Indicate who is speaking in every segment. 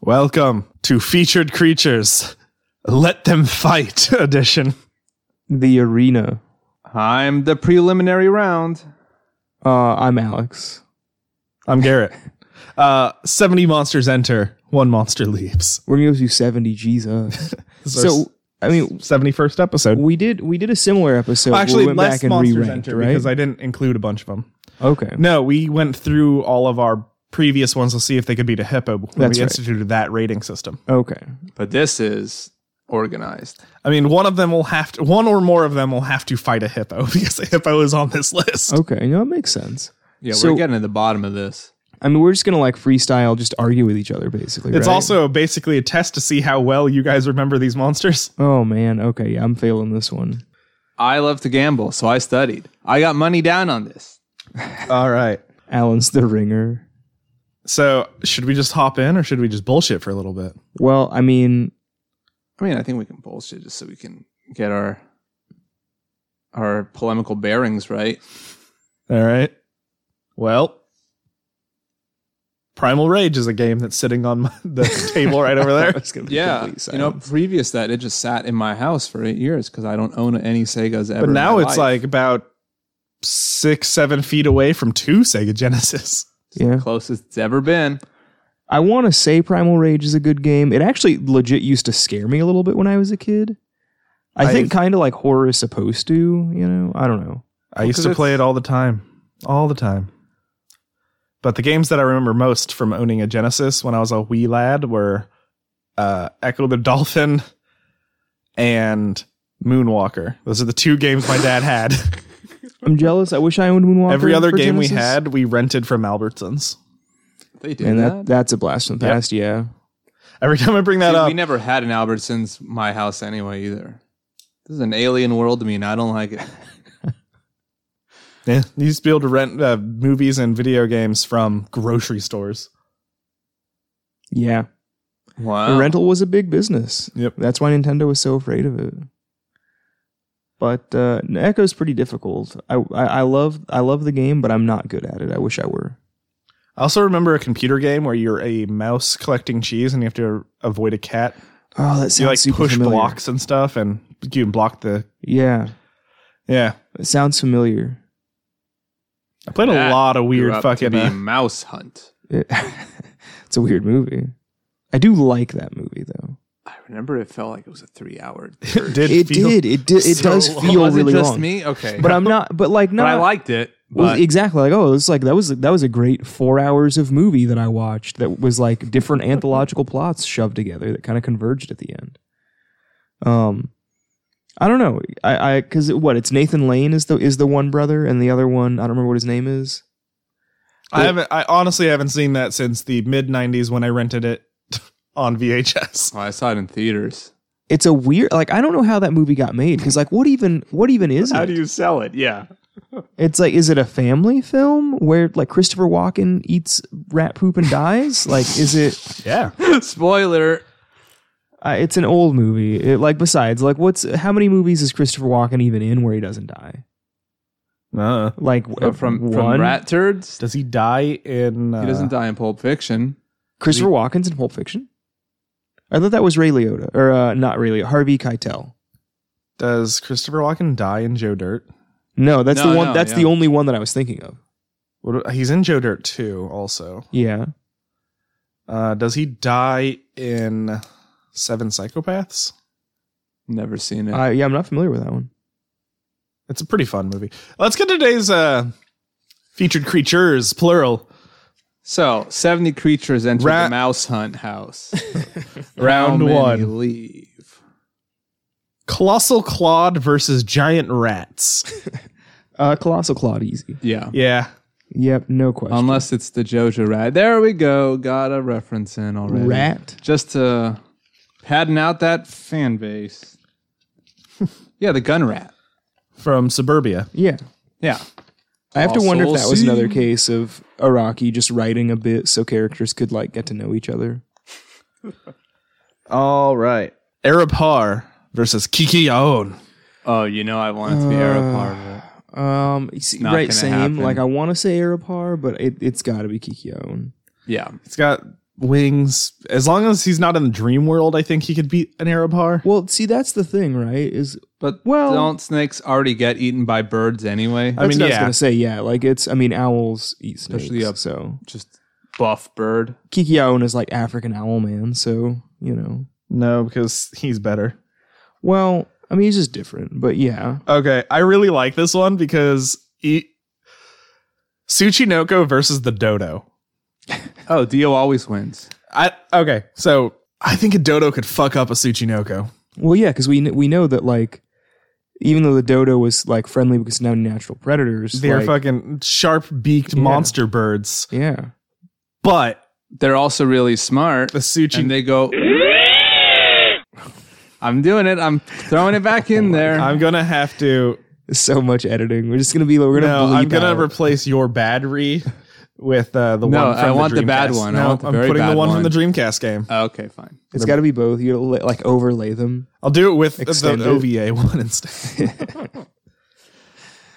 Speaker 1: Welcome to Featured Creatures Let Them Fight Edition.
Speaker 2: The arena.
Speaker 3: I'm the preliminary round.
Speaker 2: Uh, I'm Alex.
Speaker 1: I'm Garrett. Uh, 70 monsters enter, one monster leaves.
Speaker 2: We're gonna go to seventy. Jesus.
Speaker 1: This is
Speaker 2: so I mean,
Speaker 1: our 71st episode.
Speaker 2: we did we did a similar episode. where
Speaker 1: Actually,
Speaker 2: we went
Speaker 1: less
Speaker 2: back and
Speaker 1: monsters
Speaker 2: re-ranked,
Speaker 1: enter
Speaker 2: right?
Speaker 1: because I didn't include a bunch of them.
Speaker 2: okay.
Speaker 1: No, we went through all of our previous ones to see if they could beat a hippo when
Speaker 2: That's
Speaker 1: we
Speaker 2: right.
Speaker 1: instituted that rating system.
Speaker 2: Okay.
Speaker 3: But this is organized.
Speaker 1: I mean, one of them will have to, one or more of them will have to fight a hippo because a hippo is on this list.
Speaker 2: Okay. No, it makes sense.
Speaker 3: Yeah,
Speaker 2: So-
Speaker 3: we're getting to the bottom of this.
Speaker 2: I mean, we're just gonna like freestyle, just argue with each other, basically.
Speaker 1: It's
Speaker 2: right?
Speaker 1: also basically a test to see how well you guys remember these monsters.
Speaker 2: Oh man. Okay. Yeah, I'm failing this one.
Speaker 3: I love to gamble, so I studied. I got money down on this.
Speaker 1: All right.
Speaker 2: Alan's the ringer.
Speaker 1: So, should we just hop in or should we just bullshit for a little bit?
Speaker 2: Well, I mean,
Speaker 3: I mean, I think we can bullshit just so we can get our our polemical bearings right.
Speaker 1: All right. Well, Primal Rage is a game that's sitting on my, the table right over there.
Speaker 2: it's gonna be
Speaker 3: Yeah,
Speaker 2: complete
Speaker 3: you know,
Speaker 2: silence.
Speaker 3: previous that it just sat in my house for eight years because I don't own any Segas ever.
Speaker 1: But
Speaker 3: in
Speaker 1: now
Speaker 3: my
Speaker 1: it's
Speaker 3: life.
Speaker 1: like about six, seven feet away from two Sega Genesis.
Speaker 2: Yeah.
Speaker 3: closest it's ever been.
Speaker 2: I want to say Primal Rage is a good game. It actually legit used to scare me a little bit when I was a kid. I think kind of like horror is supposed to, you know. I don't know.
Speaker 1: I used
Speaker 3: 'cause
Speaker 1: to play
Speaker 3: it's-
Speaker 1: it all the time, all the time. But the games that I remember most from owning a Genesis when I was a wee lad were uh, Echo the Dolphin and Moonwalker. Those are the two games my dad had.
Speaker 2: I'm jealous. I wish I owned Moonwalker.
Speaker 1: Every other
Speaker 2: for
Speaker 1: game we
Speaker 2: Genesis.
Speaker 1: had, we rented from Albertsons.
Speaker 3: They did
Speaker 2: and
Speaker 3: that.
Speaker 2: that that's a blast from the
Speaker 1: Yep.
Speaker 2: past. Yeah,
Speaker 1: Every time I bring that
Speaker 3: Dude,
Speaker 1: up,
Speaker 3: we never had an Albertsons my house anyway either. This is an alien world to me, and I don't like it.
Speaker 1: yeah, you used to be able to rent uh, movies and video games from grocery stores.
Speaker 2: yeah. The
Speaker 3: Wow.
Speaker 2: rental was a big business.
Speaker 1: Yep.
Speaker 2: That's why Nintendo was so afraid of it. But uh, Echo's pretty difficult. I, I I love I love the game, but I'm not good at it. I wish I were.
Speaker 1: I also remember a computer game where you're a mouse collecting cheese and you have to avoid a cat.
Speaker 2: Oh, that sounds
Speaker 1: you like
Speaker 2: super
Speaker 1: push
Speaker 2: familiar.
Speaker 1: blocks and stuff, and you can block the.
Speaker 2: Yeah,
Speaker 1: Yeah,
Speaker 2: it sounds familiar.
Speaker 1: I played
Speaker 3: That
Speaker 1: a lot of
Speaker 3: Grew
Speaker 1: weird
Speaker 3: up
Speaker 1: fucking.
Speaker 3: to be
Speaker 1: uh,
Speaker 3: mouse hunt.
Speaker 2: It, it's a weird movie. I do like that movie though.
Speaker 3: I remember it felt like it was a three-hour.
Speaker 1: did
Speaker 2: It,
Speaker 1: feel-
Speaker 2: did. It did. It
Speaker 1: so
Speaker 2: does
Speaker 1: long.
Speaker 2: feel
Speaker 3: was
Speaker 2: really
Speaker 3: it just
Speaker 2: long.
Speaker 3: me? Okay,
Speaker 2: But I'm not. But like,
Speaker 3: But
Speaker 2: not
Speaker 3: I liked it.
Speaker 2: Well,
Speaker 3: But
Speaker 2: exactly. Like, oh, it's like that was that was a great four hours of movie that I watched. That was like different anthological plots shoved together that kind of converged at the end. Um, I don't know. I I because what it's Nathan Lane is the is the one brother and the other one I don't remember what his name is.
Speaker 1: I haven't. I honestly haven't seen that since the mid '90s when I rented it on VHS.
Speaker 3: Oh, I saw it in theaters.
Speaker 2: It's a weird like I don't know how that movie got made because like what even what even is it?
Speaker 3: you sell it? Yeah.
Speaker 2: It's like, is it a family film where like Christopher Walken eats rat poop and dies? like, is it?
Speaker 1: Yeah,
Speaker 3: Spoiler.
Speaker 2: Uh, it's an old movie. It, like, besides, like, what's how many movies is Christopher Walken even in where he doesn't die?
Speaker 1: uh,
Speaker 2: Like uh,
Speaker 3: But Oh, from
Speaker 2: one?
Speaker 3: from rat turds.
Speaker 1: does he die in? Uh,
Speaker 3: He doesn't die in Pulp Fiction.
Speaker 2: Christopher Walken's in Pulp Fiction. I thought that was Ray Liotta, or uh, not Ray Liotta, Harvey Keitel.
Speaker 1: Does Christopher Walken die in Joe Dirt?
Speaker 2: No, that's
Speaker 3: No,
Speaker 2: the one.
Speaker 3: no,
Speaker 2: that's
Speaker 3: yeah.
Speaker 2: the only one that I was thinking of.
Speaker 1: What, do- he's in Joe Dirt too. Also,
Speaker 2: Yeah,
Speaker 1: uh, does he die in Seven Psychopaths?
Speaker 3: Never seen it.
Speaker 2: I, yeah, I'm not familiar with that one.
Speaker 1: It's a pretty fun movie. Let's get to today's uh, featured creatures, plural.
Speaker 3: so seventy creatures enter
Speaker 1: Rat-
Speaker 3: the mouse hunt house.
Speaker 1: Round
Speaker 3: How many
Speaker 1: one.
Speaker 3: Leave.
Speaker 1: Colossal Clawed versus Giant Rats.
Speaker 2: Uh, Colossal Claude, easy.
Speaker 3: Yeah.
Speaker 1: yeah.
Speaker 2: Yep, no question.
Speaker 3: Unless it's the Jojo rat. There we go. Got a reference in already.
Speaker 2: Rat.
Speaker 3: Just to padding out that fan base. yeah, the gun rat.
Speaker 1: From Suburbia.
Speaker 2: Yeah.
Speaker 3: Yeah.
Speaker 2: I have to wonder if
Speaker 3: Also
Speaker 2: that was another
Speaker 3: seen.
Speaker 2: case of Araki just writing a bit so characters could like get to know each other.
Speaker 1: All right. Arab Har versus Kiki Yaon.
Speaker 3: Oh, you know I want it to be Aeropar.
Speaker 2: Um, you see-
Speaker 3: not
Speaker 2: right,
Speaker 3: gonna
Speaker 2: same.
Speaker 3: happen.
Speaker 2: Like I want to say Arapar, but it, it's got to be Kikion.
Speaker 3: Yeah.
Speaker 1: It's got Wings. As long as he's not in the dream world, I think he could beat an Aeropar.
Speaker 2: Well, see, that's the thing, right? Is
Speaker 3: But
Speaker 2: Well-
Speaker 3: don't snakes already get eaten by birds anyway?
Speaker 1: I
Speaker 2: I
Speaker 1: mean,
Speaker 2: mean, what I was
Speaker 1: yeah.
Speaker 2: gonna say, yeah, like it's. I mean, owls eat snakes,
Speaker 3: Especially up-
Speaker 2: so
Speaker 3: Just buff bird.
Speaker 2: Kiki Aon is like African owl man, so you know.
Speaker 1: No, because he's better.
Speaker 2: Well, I mean, he's just different, but yeah,
Speaker 1: Okay, I really like this one because e- Tsuchinoko versus the dodo.
Speaker 3: Oh, Dio always wins.
Speaker 1: I okay, so I think a dodo could fuck up a Tsuchinoko.
Speaker 2: well, yeah, because we kn- we know that like, even though the dodo was like friendly because now natural predators,
Speaker 1: They're
Speaker 2: like,
Speaker 1: fucking sharp beaked
Speaker 2: Yeah.
Speaker 1: monster birds,
Speaker 2: yeah,
Speaker 1: but
Speaker 3: They're also really smart.
Speaker 1: the Tsuchi.
Speaker 3: And they go. I'm doing it. I'm throwing it back in there.
Speaker 1: I'm gonna have to.
Speaker 2: so much editing. We're just gonna be. We're gonna.
Speaker 1: no,
Speaker 2: bleep
Speaker 1: I'm gonna
Speaker 2: out.
Speaker 1: replace your bad re with uh, the
Speaker 3: No,
Speaker 1: one. From
Speaker 3: I
Speaker 1: the
Speaker 3: want the bad
Speaker 1: Dreamcast.
Speaker 3: one. I
Speaker 1: No,
Speaker 3: want the
Speaker 1: I'm
Speaker 3: very
Speaker 1: putting the
Speaker 3: bad
Speaker 1: one, from
Speaker 3: one.
Speaker 1: the Dreamcast game.
Speaker 3: okay, fine.
Speaker 2: it's got to be both. You li- like overlay them.
Speaker 1: I'll do it with
Speaker 2: Extended.
Speaker 1: the OVA one instead.
Speaker 3: I'm
Speaker 2: Well,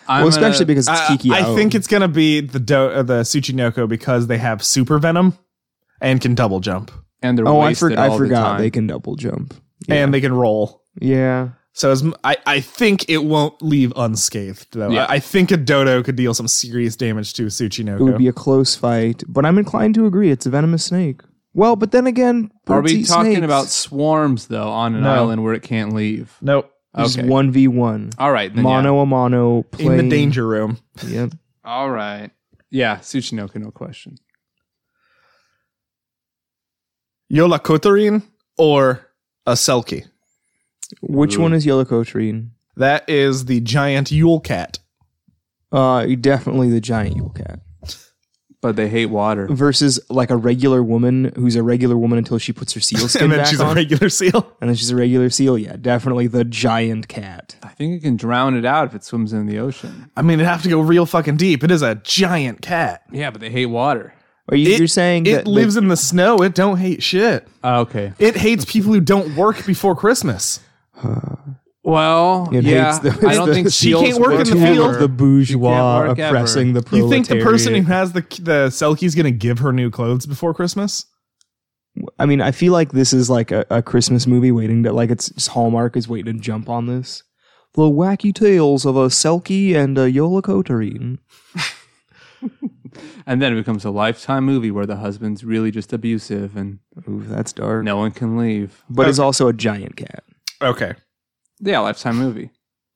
Speaker 3: gonna-
Speaker 2: especially because it's
Speaker 1: I,
Speaker 2: Kiki.
Speaker 1: I
Speaker 2: Aon.
Speaker 1: think it's gonna be the do- uh, the Tsuchinoko because they have super venom and can double jump
Speaker 3: and they're
Speaker 2: Oh, I,
Speaker 3: wasted
Speaker 2: for- I
Speaker 3: all the
Speaker 2: forgot
Speaker 3: time.
Speaker 2: they can double jump.
Speaker 1: and they can roll.
Speaker 2: Yeah.
Speaker 1: So as m- I, I think it won't leave unscathed though.
Speaker 3: Yeah.
Speaker 1: I, I think a dodo could deal some serious damage to a Tsuchinoko.
Speaker 2: It would be a close fight, but I'm inclined to agree. It's a venomous snake. Well, but then again,
Speaker 3: Are
Speaker 2: birds
Speaker 3: we
Speaker 2: eat
Speaker 3: talking
Speaker 2: snakes.
Speaker 3: about swarms though on an
Speaker 1: No.
Speaker 3: island where it can't leave?
Speaker 1: nope.
Speaker 2: It's
Speaker 3: Okay.
Speaker 2: one v one,
Speaker 3: All right, then, yeah.
Speaker 2: mono a
Speaker 1: Uh,
Speaker 2: mono,
Speaker 1: In the
Speaker 2: playing.
Speaker 1: danger room.
Speaker 2: Yep.
Speaker 3: All right. Yeah, Tsuchinoka, no question.
Speaker 1: Yola Kotorin or a Selkie.
Speaker 2: Which
Speaker 3: Ooh.
Speaker 2: one is yellow cotrine?
Speaker 1: That is the giant Yule cat.
Speaker 2: Uh, definitely the giant yule cat
Speaker 3: But they hate water.
Speaker 2: versus like a regular woman who's a regular woman until she puts her seal skin
Speaker 1: and then
Speaker 2: back
Speaker 1: she's
Speaker 2: on,
Speaker 1: a regular seal.
Speaker 2: and then she's a regular seal. Yeah, definitely the giant cat.
Speaker 3: I think it can drown it out if it swims in the ocean.
Speaker 1: I mean, it'd have to go real fucking deep. It is a giant cat.
Speaker 3: Yeah, but they hate water.
Speaker 2: Are you
Speaker 1: It-
Speaker 2: you're saying
Speaker 1: It
Speaker 2: that the-
Speaker 1: lives in the snow. It don't hate shit.
Speaker 3: okay.
Speaker 1: It hates people who don't work before Christmas.
Speaker 3: Well,
Speaker 2: It
Speaker 3: yeah,
Speaker 2: hates the-
Speaker 3: I don't
Speaker 2: the-
Speaker 3: think
Speaker 2: She
Speaker 3: seals
Speaker 1: can't work
Speaker 3: would
Speaker 1: in the
Speaker 2: tool
Speaker 3: ever-
Speaker 1: field.
Speaker 2: of the bourgeois
Speaker 3: work ever.
Speaker 2: oppressing the
Speaker 1: You think
Speaker 2: proletariat?
Speaker 1: the person who has the the Selkie's going to give her new clothes before Christmas?
Speaker 2: I mean, I feel like this is like a, a Christmas movie waiting to like it's it's Hallmark is waiting to jump on this. The wacky tales of a Selkie and a Yolakotarine.
Speaker 3: and then it becomes a lifetime movie where the husband's really just abusive and
Speaker 2: Ooh, that's dark.
Speaker 3: no one can leave.
Speaker 2: But it's also a giant cat.
Speaker 1: Okay.
Speaker 3: Yeah, lifetime movie.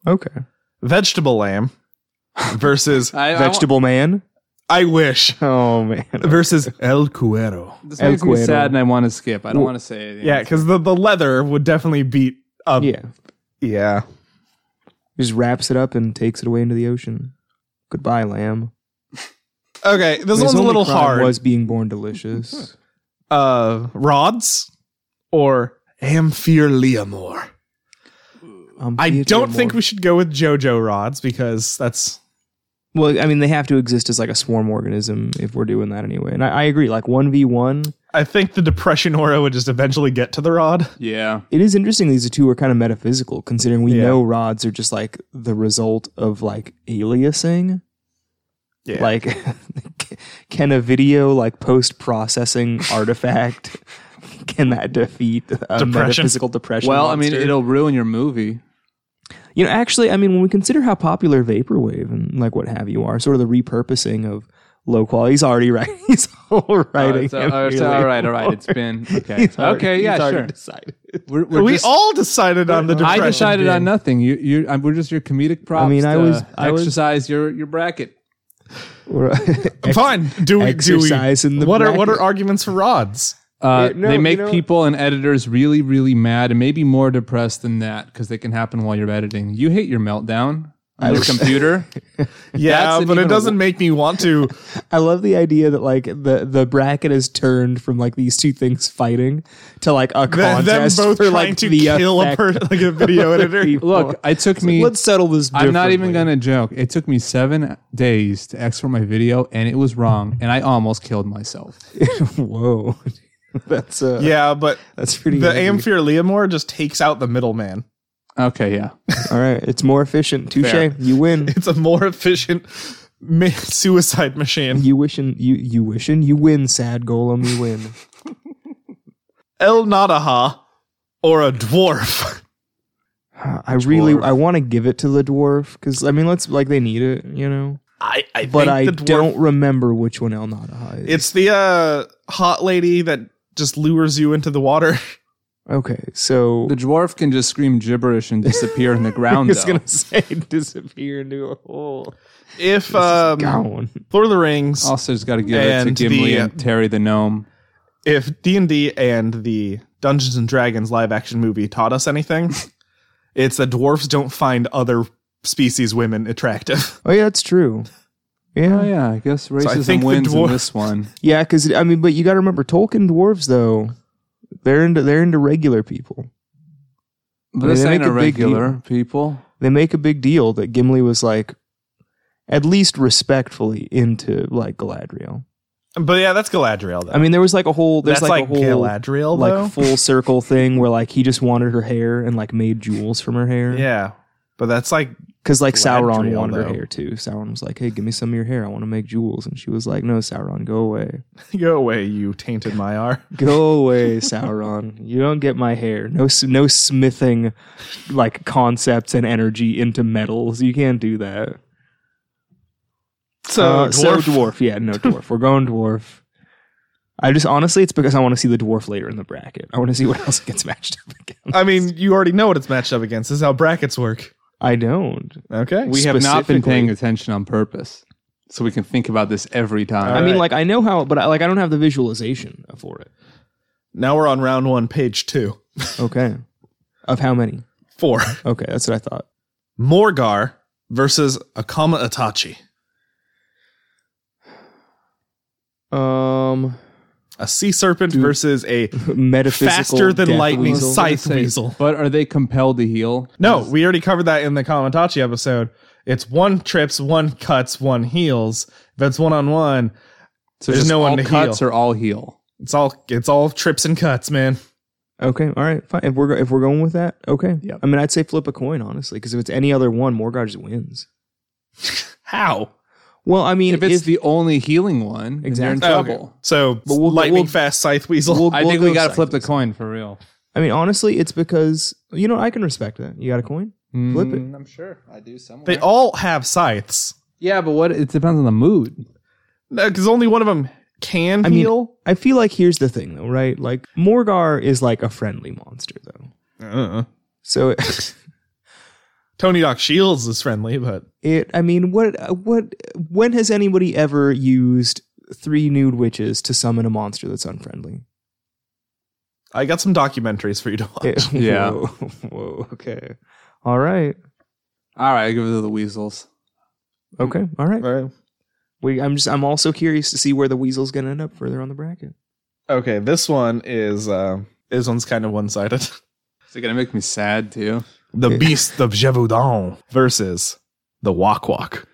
Speaker 2: Okay.
Speaker 1: Vegetable lamb versus
Speaker 3: I, I want-
Speaker 2: Vegetable man.
Speaker 1: I wish
Speaker 2: Oh man.
Speaker 1: versus El Cuero.
Speaker 3: this
Speaker 2: El
Speaker 3: makes me
Speaker 2: Cuero.
Speaker 3: sad, and I want to skip. I don't
Speaker 2: Well,
Speaker 3: want to say anything.
Speaker 1: Yeah, because the, the leather would definitely beat up.
Speaker 2: Yeah.
Speaker 1: yeah.
Speaker 2: Just wraps it up and takes it away into the ocean. Goodbye, lamb.
Speaker 1: Okay, this
Speaker 2: His
Speaker 1: one's a
Speaker 2: only
Speaker 1: little
Speaker 2: crime
Speaker 1: hard.
Speaker 2: Was being born delicious.
Speaker 1: uh, rods or Amphirleamore?
Speaker 2: Um,
Speaker 1: I
Speaker 2: Beatrice
Speaker 1: don't think
Speaker 2: Moore.
Speaker 1: we should go with JoJo rods because that's
Speaker 2: Well, I mean, they have to exist as like a swarm organism if we're doing that anyway. And I, I agree. Like one v one.
Speaker 1: I think the depression aura would just eventually get to the rod.
Speaker 3: yeah.
Speaker 2: It is interesting these two are kind of metaphysical, considering we
Speaker 1: Yeah.
Speaker 2: know rods are just like the result of like aliasing.
Speaker 1: Yeah.
Speaker 2: Like, can a video like post processing artifact can that defeat a
Speaker 1: Depression.
Speaker 2: metaphysical depression?
Speaker 3: Well, I mean,
Speaker 2: monster?
Speaker 3: it'll ruin your movie.
Speaker 2: you know actually, I mean, when we consider how popular vaporwave and like what have you are, sort of the repurposing of low quality. He's already right. He's all
Speaker 3: Oh,
Speaker 2: writing.
Speaker 3: it's- oh, it's- all right, all right. It's been okay.
Speaker 2: He's already-
Speaker 3: okay,
Speaker 2: he's
Speaker 3: yeah,
Speaker 2: already
Speaker 3: sure.
Speaker 2: decided.
Speaker 3: We're,
Speaker 1: we
Speaker 3: we're just-
Speaker 1: all decided on the
Speaker 3: I
Speaker 1: depression.
Speaker 3: decided
Speaker 1: game.
Speaker 3: on nothing. You, you, I'm, we're just your comedic props.
Speaker 2: I mean, I
Speaker 3: to
Speaker 2: was- I was-
Speaker 3: exercise your your bracket.
Speaker 2: We're-
Speaker 1: Fine. Do we do we?
Speaker 2: exercise in the
Speaker 1: what are
Speaker 2: bracket.
Speaker 1: what are arguments for rods?
Speaker 3: Uh,
Speaker 2: Yeah, no,
Speaker 3: they
Speaker 2: you
Speaker 3: make
Speaker 2: know-
Speaker 3: people and editors really, really mad and maybe more depressed than that because they can happen while you're editing. You hate your meltdown on your computer.
Speaker 1: Yeah,
Speaker 3: That's an
Speaker 1: but it
Speaker 3: even-
Speaker 1: doesn't make me want to.
Speaker 2: I love the idea that like the the bracket is turned from like these two things fighting to like a
Speaker 1: Them them
Speaker 2: contest
Speaker 1: both
Speaker 2: for
Speaker 1: trying
Speaker 2: like
Speaker 1: to
Speaker 2: the
Speaker 1: kill a
Speaker 2: effect
Speaker 1: person, like a video
Speaker 2: of the
Speaker 1: editor.
Speaker 2: people.
Speaker 3: Look, it took me.
Speaker 2: let's settle this.
Speaker 3: I'm not even
Speaker 2: differently.
Speaker 3: gonna joke. It took me seven days to export my video, and it was wrong, and I almost killed myself.
Speaker 2: Whoa, that's uh,
Speaker 1: Yeah, but
Speaker 2: that's pretty.
Speaker 1: the
Speaker 2: heavy.
Speaker 1: Amphirleamore just takes out the middleman.
Speaker 3: Okay, yeah.
Speaker 2: All right, it's more efficient.
Speaker 3: Fair.
Speaker 2: Touche. You win.
Speaker 1: It's a more efficient ma- suicide machine.
Speaker 2: You wishing you you wishing you win. Sad golem, you win.
Speaker 1: El Nadaha or a dwarf?
Speaker 2: I really
Speaker 1: Dwarf.
Speaker 2: I want to give it to the dwarf because I mean let's like they need it, you know.
Speaker 1: I, I
Speaker 2: But
Speaker 1: think
Speaker 2: I
Speaker 1: the dwarf,
Speaker 2: don't remember which one El Nadaha is.
Speaker 1: It's the uh, hot lady that just lures you into the water.
Speaker 2: okay, so
Speaker 3: The dwarf can just scream gibberish and disappear in the ground.
Speaker 2: it's
Speaker 3: though.
Speaker 2: gonna say disappear into a hole.
Speaker 1: If
Speaker 2: Um,
Speaker 1: um,
Speaker 2: gone.
Speaker 1: Lord of the Rings,
Speaker 3: Also, has got to give it to
Speaker 1: And
Speaker 3: Gimli
Speaker 1: the-
Speaker 3: and Terry the gnome.
Speaker 1: if D and D and the Dungeons and Dragons live action movie taught us anything, it's that dwarfs don't find other species women attractive.
Speaker 2: Oh yeah, that's true. Yeah,
Speaker 3: Oh yeah, I guess racism
Speaker 1: think the
Speaker 3: wins
Speaker 1: dwarf-
Speaker 3: in this one.
Speaker 2: yeah, because I mean, but you got to remember Tolkien dwarves though. They're into they're into regular people.
Speaker 3: But
Speaker 2: They
Speaker 3: this
Speaker 2: make
Speaker 3: ain't
Speaker 2: a
Speaker 3: a
Speaker 2: big deal.
Speaker 3: regular people.
Speaker 2: They make a big deal that Gimli was like, at least respectfully into like Galadriel.
Speaker 1: But yeah, that's Galadriel. Though.
Speaker 2: I mean, there was like a whole there's
Speaker 1: that's like,
Speaker 2: a whole
Speaker 1: Galadriel,
Speaker 2: like
Speaker 1: though.
Speaker 2: full circle thing where like he just wanted her hair and like made jewels from her hair.
Speaker 1: yeah, but that's like
Speaker 2: Because like Sauron
Speaker 1: Galadriel,
Speaker 2: wanted her
Speaker 1: though.
Speaker 2: hair too. Sauron was like, hey, give me some of your hair. I want to make jewels. And she was like, no, Sauron, go away.
Speaker 1: go away, you tainted my
Speaker 2: Uh,
Speaker 1: R.
Speaker 2: Go away, Sauron. You don't get my hair. No, s- no smithing like concepts and energy into metals. You can't do that.
Speaker 1: So,
Speaker 2: Uh,
Speaker 1: dwarf,
Speaker 2: so dwarf. Yeah, no dwarf. We're going dwarf. I just honestly, it's because I want to see the dwarf later in the bracket. I want to see what else gets matched up again.
Speaker 1: I mean, you already know what it's matched up against. This is how brackets work.
Speaker 2: I don't.
Speaker 1: Okay.
Speaker 3: We have not been
Speaker 2: Specifically-
Speaker 3: paying attention on purpose, so we can think about this every time.
Speaker 1: All
Speaker 2: I mean,
Speaker 1: right.
Speaker 2: like I know how, but I, like I don't have the visualization for it.
Speaker 1: now we're on round one, page two,
Speaker 2: Okay. Of how many?
Speaker 1: four.
Speaker 2: Okay, that's what I thought.
Speaker 1: Morgar versus Akama Itachi,
Speaker 2: Um,
Speaker 1: a sea serpent versus a
Speaker 2: metaphysical.
Speaker 1: faster than
Speaker 2: death
Speaker 1: lightning
Speaker 2: weasel.
Speaker 1: scythe
Speaker 3: Say-
Speaker 1: weasel.
Speaker 3: But are they compelled to heal?
Speaker 1: No, we already covered that in the Kamatachi episode. It's one trips, one cuts, one heals. If it's one on one,
Speaker 3: So
Speaker 1: There's
Speaker 3: just
Speaker 1: no one
Speaker 3: all
Speaker 1: to
Speaker 3: cuts
Speaker 1: heal.
Speaker 3: or all heal.
Speaker 1: it's all it's all trips and cuts, man.
Speaker 2: Okay, all right, fine. If we're go- if we're going with that, okay.
Speaker 3: Yep.
Speaker 2: I mean, I'd say flip a coin honestly, because if it's any other one, Morgar just wins.
Speaker 1: How?
Speaker 2: Well, I mean,
Speaker 3: If it's the only healing one, then they're in
Speaker 2: Exactly.
Speaker 3: trouble.
Speaker 1: So
Speaker 2: But we'll-
Speaker 1: lightning
Speaker 2: we'll-
Speaker 1: fast scythe weasel.
Speaker 2: we'll-
Speaker 3: I
Speaker 2: we'll
Speaker 3: think we
Speaker 2: go
Speaker 3: got to flip the
Speaker 2: sideways.
Speaker 3: coin for real.
Speaker 2: I mean, honestly, it's because you know I can respect that. You got a coin? Flip it.
Speaker 3: Mm, I'm sure I do somewhere.
Speaker 1: they all have scythes.
Speaker 3: yeah, but what? It depends on the mood.
Speaker 1: because only one of them can
Speaker 2: I mean-
Speaker 1: heal.
Speaker 2: I feel like here's the thing though, right? Like Morgar is like a friendly monster though,
Speaker 1: uh
Speaker 2: so
Speaker 1: Tony Doc Shields is friendly, but
Speaker 2: It. I mean, what? uh, What? When has anybody ever used three nude witches to summon a monster that's unfriendly?
Speaker 1: I got some documentaries for you to watch.
Speaker 2: It-
Speaker 3: Yeah.
Speaker 2: Whoa, whoa, Okay. All right.
Speaker 3: All right, I give it to the weasels.
Speaker 2: Okay. All right.
Speaker 1: Right.
Speaker 2: We. I'm just. I'm also curious to see where the weasel's gonna end up further on the bracket.
Speaker 1: Okay, this one is uh, this one's kind of one sided.
Speaker 3: Is it gonna make me sad too?
Speaker 1: the
Speaker 2: Yeah.
Speaker 1: Beast of Gévaudan versus the Wok Wok.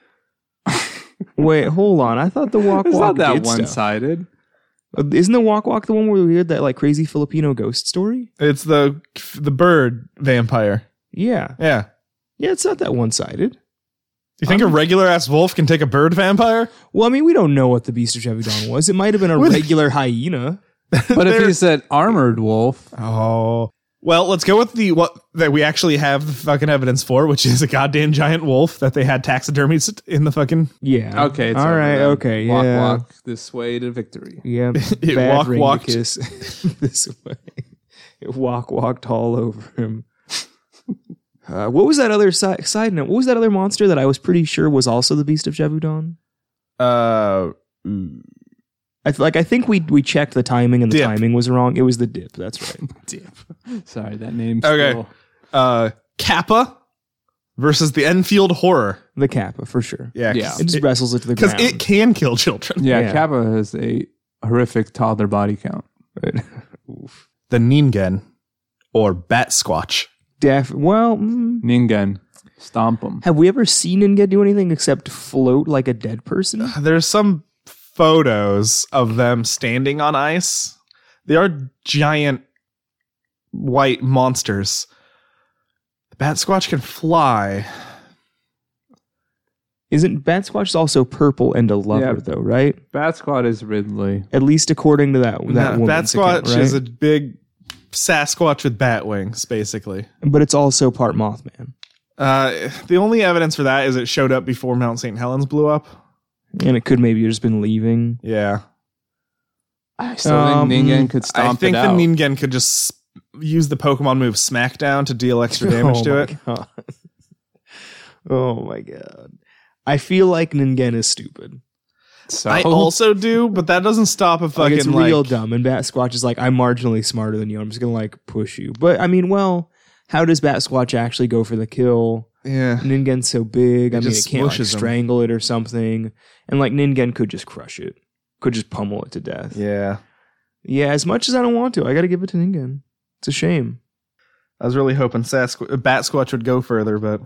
Speaker 2: Wait. Hold on. I thought the walk
Speaker 3: it's
Speaker 2: walk
Speaker 3: not that
Speaker 2: did stuff.
Speaker 3: one-sided.
Speaker 2: Uh, Isn't the walk walk the one where we heard that like crazy Filipino ghost story?
Speaker 1: It's the the bird vampire.
Speaker 2: Yeah.
Speaker 1: Yeah.
Speaker 2: Yeah. It's not that one sided.
Speaker 1: You think a regular ass wolf can take a bird vampire?
Speaker 2: Well, I mean, we don't know what the Beast of Chevidan was. It might have been a
Speaker 1: With-
Speaker 2: regular hyena.
Speaker 3: But if
Speaker 1: They're-
Speaker 3: he's an armored wolf,
Speaker 1: Oh. Well, let's go with the what that we actually have the fucking evidence for, which is a goddamn giant wolf that they had taxidermies in the fucking
Speaker 2: Yeah.
Speaker 3: okay. It's
Speaker 2: All
Speaker 3: over
Speaker 2: right.
Speaker 3: then.
Speaker 2: Okay.
Speaker 3: Walk,
Speaker 2: yeah.
Speaker 3: walk this way to victory.
Speaker 2: Yeah,
Speaker 1: It
Speaker 2: bad
Speaker 1: walk-
Speaker 2: ring to
Speaker 1: walked-
Speaker 2: kiss this way. It walk walked all over him. Uh, what was that other si- side note? What was that other monster that I was pretty sure was also the Beast of Javudan?
Speaker 1: uh
Speaker 2: I th- like I think we we checked the timing and the
Speaker 1: Dip.
Speaker 2: timing was wrong. It was the dip. That's right.
Speaker 3: Dip. Sorry, that name.
Speaker 1: Okay.
Speaker 3: still-
Speaker 1: uh Kappa versus the Enfield Horror.
Speaker 2: The Kappa for sure.
Speaker 1: Yeah.
Speaker 3: Yeah.
Speaker 2: It just wrestles it to the
Speaker 1: Because
Speaker 2: ground.
Speaker 1: it can kill children.
Speaker 3: Yeah,
Speaker 2: Yeah.
Speaker 3: Kappa has a horrific toddler body count.
Speaker 2: Right.
Speaker 1: The Ningen or Bat Squatch.
Speaker 2: Def- well, mm,
Speaker 3: Ningen, stomp him.
Speaker 2: have we ever seen Ninga do anything except float like a dead person?
Speaker 1: There's some photos of them standing on ice. They are giant white monsters. The Bat Squatch can fly.
Speaker 2: Isn't Bat Squatch is also purple and a lover
Speaker 3: Yeah.
Speaker 2: though, right?
Speaker 3: Bat Squad is Ridley.
Speaker 2: At least according to that that
Speaker 1: Bat
Speaker 2: woman's
Speaker 1: Squatch
Speaker 2: account, right?
Speaker 1: is a big Sasquatch with bat wings, basically.
Speaker 2: but it's also part Mothman,
Speaker 1: Uh, the only evidence for that is it showed up before Mount St. Helens blew up.
Speaker 2: and it could maybe just been leaving.
Speaker 1: Yeah.
Speaker 3: I still
Speaker 2: Um,
Speaker 3: think Ningen could stomp
Speaker 1: I think
Speaker 3: it
Speaker 1: the
Speaker 3: out.
Speaker 1: Ningen could just use the Pokemon move Smackdown to deal extra damage
Speaker 2: oh
Speaker 1: to
Speaker 2: my
Speaker 1: it.
Speaker 2: God. oh my god! I feel like Ningen is stupid.
Speaker 3: so,
Speaker 1: I also do, but that doesn't stop a
Speaker 2: Like
Speaker 1: fucking
Speaker 2: it's real
Speaker 1: like-
Speaker 2: dumb, and Bat Squatch is like, I'm marginally smarter than you. I'm just gonna like push you. But I mean, well, how does Bat Squatch actually go for the kill?
Speaker 1: Yeah.
Speaker 2: Ningen's so big.
Speaker 1: It
Speaker 2: I mean, it
Speaker 1: just
Speaker 2: can't like,
Speaker 1: smooshes 'em.
Speaker 2: strangle it or something. And like Ningen could just crush it, could just pummel it to death.
Speaker 1: Yeah.
Speaker 2: Yeah, as much as I don't want to, I got to give it to Ningen. It's a shame.
Speaker 1: I was really hoping Sasqu- Bat Squatch would go further, but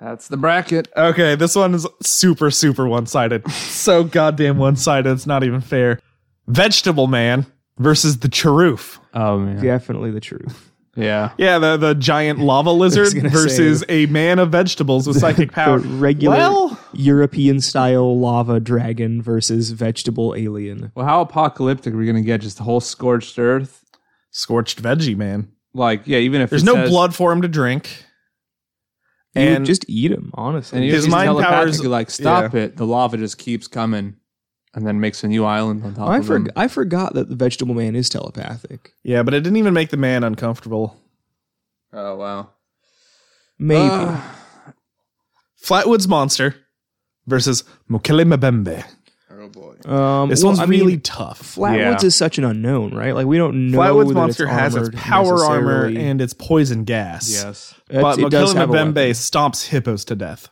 Speaker 3: that's the bracket.
Speaker 1: okay, this one is super, super one sided. so goddamn one sided, it's not even fair. Vegetable Man versus the Charoof.
Speaker 3: Oh man, yeah,
Speaker 2: Definitely the truth.
Speaker 1: Yeah, the, the giant lava lizard
Speaker 2: gonna
Speaker 1: versus
Speaker 2: say-
Speaker 1: a man of vegetables with psychic power.
Speaker 2: The regular
Speaker 1: Uh, Well-
Speaker 2: European style lava dragon versus vegetable alien.
Speaker 3: Well, how apocalyptic are we gonna get? Just the whole scorched earth?
Speaker 1: Scorched Veggie Man.
Speaker 3: Like, yeah, even if
Speaker 1: There's
Speaker 3: it
Speaker 1: no
Speaker 3: says-
Speaker 1: blood for him to drink.
Speaker 2: You
Speaker 1: And
Speaker 2: would just eat him,
Speaker 3: and
Speaker 2: honestly.
Speaker 3: you
Speaker 1: His
Speaker 3: his mind
Speaker 1: mind powers-
Speaker 3: powers like stop it. The lava just keeps coming, and then makes a new island on top
Speaker 2: I,
Speaker 3: of them.
Speaker 2: forg I forgot that the vegetable man is telepathic.
Speaker 1: yeah, but it didn't even make the man uncomfortable.
Speaker 3: Oh wow,
Speaker 2: Maybe.
Speaker 1: Uh,
Speaker 3: Ah.
Speaker 1: Flatwoods Monster versus Mokele Mabembe.
Speaker 3: oh boy.
Speaker 2: um,
Speaker 1: This
Speaker 2: well,
Speaker 1: one's
Speaker 2: I mean,
Speaker 1: really tough.
Speaker 2: Flatwoods is such an unknown, right? Like we don't know.
Speaker 1: Flatwoods
Speaker 2: that
Speaker 1: Monster
Speaker 2: it's
Speaker 1: has its
Speaker 2: armored
Speaker 1: power armor
Speaker 2: necessarily.
Speaker 1: and its poison gas.
Speaker 3: Yes.
Speaker 1: But
Speaker 2: It's- it does
Speaker 1: Mokele
Speaker 2: have a
Speaker 1: Mabembe
Speaker 2: weapon.
Speaker 1: stomps hippos to death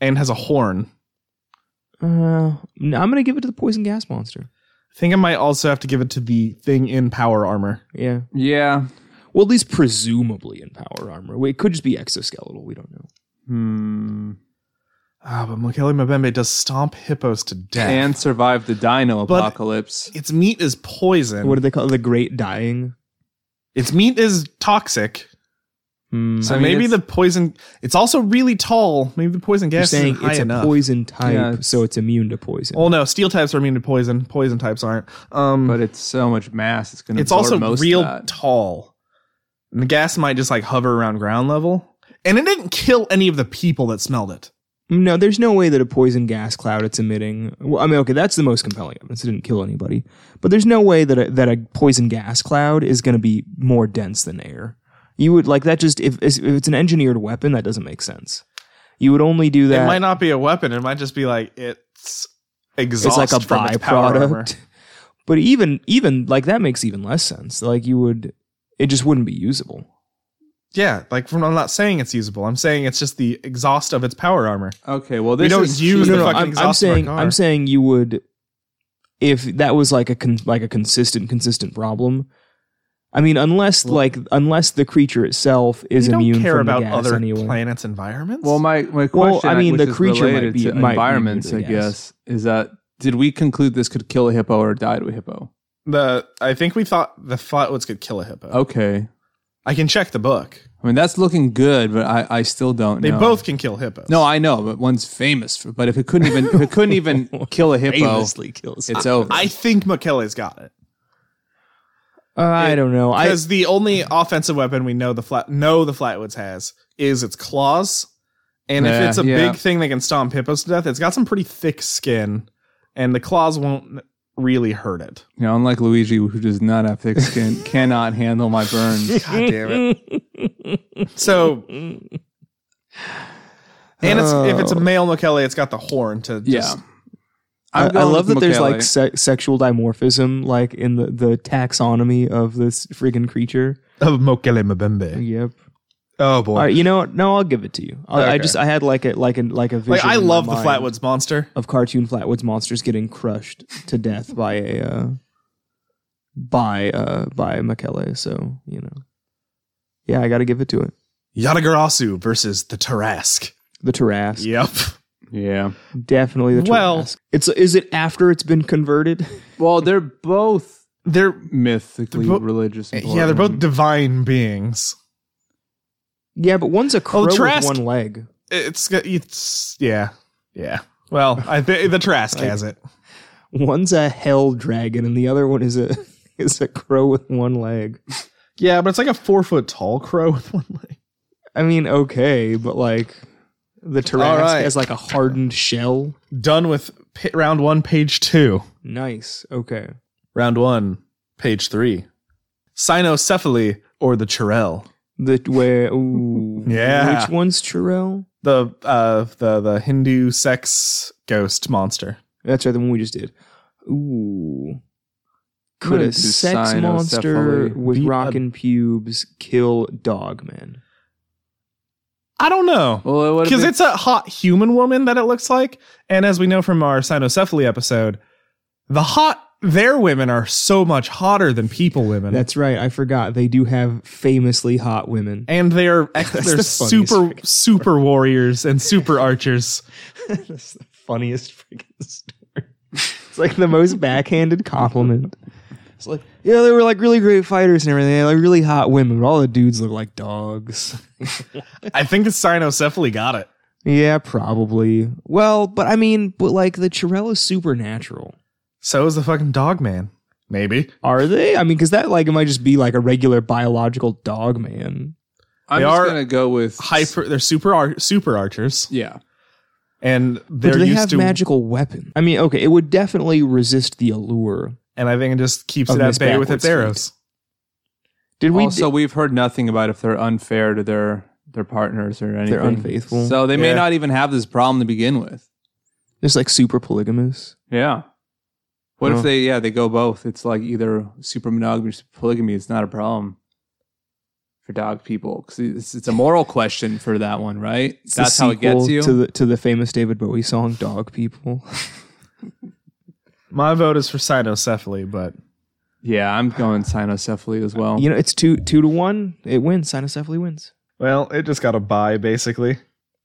Speaker 1: and has a horn.
Speaker 2: Uh, no, I'm gonna give it to the poison gas monster.
Speaker 1: I think I might also have to give it to the thing in power armor.
Speaker 2: Yeah.
Speaker 3: Yeah.
Speaker 2: Well, at least presumably in power armor. It could just be exoskeletal. We don't know.
Speaker 3: Hmm.
Speaker 1: Ah, but Mokele Mabembe does stomp hippos to death.
Speaker 3: And survive the dino
Speaker 1: But-
Speaker 3: apocalypse.
Speaker 1: its meat is poison.
Speaker 2: What do they call it? the Great Dying?
Speaker 1: its meat is toxic.
Speaker 2: Hmm.
Speaker 1: So
Speaker 3: I mean,
Speaker 1: maybe
Speaker 3: it's-
Speaker 1: the poison. It's also really tall. Maybe the poison
Speaker 2: You're
Speaker 1: gas
Speaker 2: saying
Speaker 1: isn't high
Speaker 2: it's a
Speaker 1: enough. Oh.
Speaker 2: poison type,
Speaker 3: Yeah, it's-
Speaker 2: so it's immune to poison.
Speaker 1: well, no, steel types are immune to poison. Poison types aren't. Um,
Speaker 3: but it's so much mass. It's gonna.
Speaker 1: it's
Speaker 3: absorb
Speaker 1: also
Speaker 3: most of
Speaker 1: real
Speaker 3: that.
Speaker 1: tall. And the gas might just like hover around ground level. And it didn't kill any of the people that smelled it.
Speaker 2: No, there's no way that a poison gas cloud it's emitting. Well, I mean, okay, that's the most compelling evidence. It didn't kill anybody, but there's no way that a, that a poison gas cloud is going to be more dense than air. You would like that just if, if it's an engineered weapon, that doesn't make sense. You would only do that.
Speaker 1: It might not be a weapon. It might just be like it's
Speaker 2: it's
Speaker 1: exhaust
Speaker 2: like a
Speaker 1: from its power armor.
Speaker 2: byproduct. But even even like that makes even less sense. Like you would, it just wouldn't be usable.
Speaker 1: Yeah, like from, I'm not saying it's usable. I'm saying it's just the exhaust of its power armor.
Speaker 3: Okay. Well,
Speaker 1: We
Speaker 3: this
Speaker 1: don't
Speaker 3: is
Speaker 1: use
Speaker 3: cheap.
Speaker 1: the fucking
Speaker 2: I'm, I'm
Speaker 1: exhaust of our
Speaker 2: saying
Speaker 1: car.
Speaker 2: I'm saying you would if that was like a con- like a consistent consistent problem. I mean, unless like unless the creature itself is
Speaker 1: you
Speaker 2: immune
Speaker 1: don't care
Speaker 2: from
Speaker 1: about
Speaker 2: the gas
Speaker 1: other
Speaker 2: anyway.
Speaker 1: planets' environments.
Speaker 3: Well, my my question.
Speaker 2: Well, I mean,
Speaker 3: which
Speaker 2: the
Speaker 3: is
Speaker 2: creature might
Speaker 3: related
Speaker 2: be-
Speaker 3: to
Speaker 2: might be
Speaker 3: environments. I
Speaker 2: muted, I
Speaker 3: guess is that did we conclude this could kill a hippo or die to a hippo?
Speaker 1: the I think we thought the flatwoods could kill a hippo.
Speaker 3: Okay.
Speaker 1: I can check the book.
Speaker 3: I mean, that's looking good, but I, I still don't
Speaker 1: They
Speaker 3: know.
Speaker 1: both can kill hippos.
Speaker 3: No, I know, but one's famous for. But if it couldn't even if it couldn't even kill a hippo,
Speaker 2: kills.
Speaker 3: it's over.
Speaker 1: I think Mckele's got it
Speaker 2: Uh, I don't know. I
Speaker 1: because the only offensive weapon we know the flat know the flatwoods has is its claws, and if
Speaker 3: Yeah,
Speaker 1: it's a
Speaker 3: yeah.
Speaker 1: big thing that can stomp hippos to death, it's got some pretty thick skin, and the claws won't really hurt it.
Speaker 3: you know, unlike Luigi, who does not have thick skin, cannot handle my burns.
Speaker 1: God damn it! so. And it's, if it's a male Mckele, it's got the horn to
Speaker 3: Oh. Yeah.
Speaker 1: just
Speaker 2: I,
Speaker 3: I'm
Speaker 2: I
Speaker 3: going
Speaker 2: love that
Speaker 3: with
Speaker 2: there's
Speaker 3: Michele.
Speaker 2: like se- sexual dimorphism like in the, the taxonomy of this friggin' creature.
Speaker 1: of Mokele Mbembe.
Speaker 2: Yep.
Speaker 1: Oh boy!
Speaker 2: All right, you know what? No, I'll give it to you. I, I
Speaker 1: Okay.
Speaker 2: just I had like a like a like a vision
Speaker 1: like I
Speaker 2: in my
Speaker 1: love the
Speaker 2: mind.
Speaker 1: Flatwoods monster.
Speaker 2: of cartoon Flatwoods monsters getting crushed to death by a uh, by uh, by Makele. So you know, yeah, I got to give it to it.
Speaker 1: Yadagarasu versus the Tarask.
Speaker 2: The Tarrasque,
Speaker 1: Yep.
Speaker 3: yeah.
Speaker 2: definitely the Tarrasque.
Speaker 1: Well-
Speaker 2: it's is it after it's been converted?
Speaker 3: Well, they're both
Speaker 1: They're
Speaker 3: mythically
Speaker 1: They're bo- eh,
Speaker 3: religious. and
Speaker 1: yeah, they're both
Speaker 3: important.
Speaker 1: divine beings.
Speaker 2: yeah, but one's a crow with
Speaker 1: Oh, Tarrasque-
Speaker 2: one leg.
Speaker 1: It's it's yeah. Yeah. Well, I think the Tarask has it.
Speaker 2: One's a hell dragon, and the other one is a is a crow with one leg.
Speaker 1: Yeah, but it's like a four foot tall crow with one leg.
Speaker 2: I mean, okay, but like the Tarrasque
Speaker 1: right.
Speaker 2: has like a hardened shell.
Speaker 1: Done with pa- round one, page two.
Speaker 2: Nice. Okay.
Speaker 1: Round one, page three. Cynocephaly or the Chirel.
Speaker 2: The where ooh
Speaker 1: Yeah.
Speaker 2: Which one's Chirel?
Speaker 1: The uh the, the Hindu sex ghost monster.
Speaker 2: That's right, the one we just did. Ooh. Could
Speaker 3: Not
Speaker 2: a
Speaker 3: into
Speaker 2: sex monster
Speaker 3: cynocephaly.
Speaker 2: with
Speaker 1: Beat a-
Speaker 2: rockin' pubes kill dogmen?
Speaker 1: I don't know.
Speaker 3: Well, what
Speaker 1: Because it's a hot human woman that it looks like. And as we know from our cynocephaly episode, the hot their women are so much hotter than people women.
Speaker 2: That's right. I forgot. They do have famously hot women.
Speaker 1: and they're
Speaker 2: That's
Speaker 1: they're
Speaker 2: the funniest
Speaker 1: super
Speaker 2: freaking
Speaker 1: super warriors and super archers.
Speaker 2: That's the funniest freaking story. It's like the most backhanded compliment. It's like, yeah, they were like really great fighters and everything. They're like really hot women, but all the dudes look like dogs.
Speaker 1: I think the cynocephaly got it.
Speaker 2: yeah, probably. Well, but I mean, but like the Chirel is supernatural.
Speaker 1: So is the fucking dog man. Maybe.
Speaker 2: Are they? I mean, because that like it might just be like a regular biological dog man.
Speaker 3: I'm
Speaker 1: they
Speaker 3: just
Speaker 1: are
Speaker 3: gonna go with
Speaker 1: Hyper they're super ar- super archers
Speaker 3: Yeah,
Speaker 1: and they're
Speaker 2: But do they
Speaker 1: used
Speaker 2: have
Speaker 1: to
Speaker 2: magical weapons? I mean, okay, it would definitely resist the allure.
Speaker 1: and I think it just keeps
Speaker 2: Of
Speaker 1: it at
Speaker 2: Miss
Speaker 1: bay with its
Speaker 2: Backwards
Speaker 1: arrows.
Speaker 2: Did we?
Speaker 3: also, we've heard nothing about if they're unfair to their their partners or anything.
Speaker 2: unfaithful.
Speaker 3: so they may
Speaker 1: Yeah.
Speaker 3: not even have this problem to begin with.
Speaker 2: it's like super polygamous.
Speaker 3: Yeah. What
Speaker 2: Huh.
Speaker 3: if they? Yeah, they go both. It's like either super monogamy or super polygamy. It's not a problem for dog people because it's, it's a moral question for that one, right?
Speaker 2: It's the
Speaker 3: That's how it gets
Speaker 2: sequel
Speaker 3: you.
Speaker 2: to the to the famous David Bowie song "Dog People."
Speaker 1: My vote is for cynocephaly, but
Speaker 3: yeah, I'm going cynocephaly as well.
Speaker 2: You know, it's two two to one. It wins. Cynocephaly E wins.
Speaker 1: well, it just got a buy basically.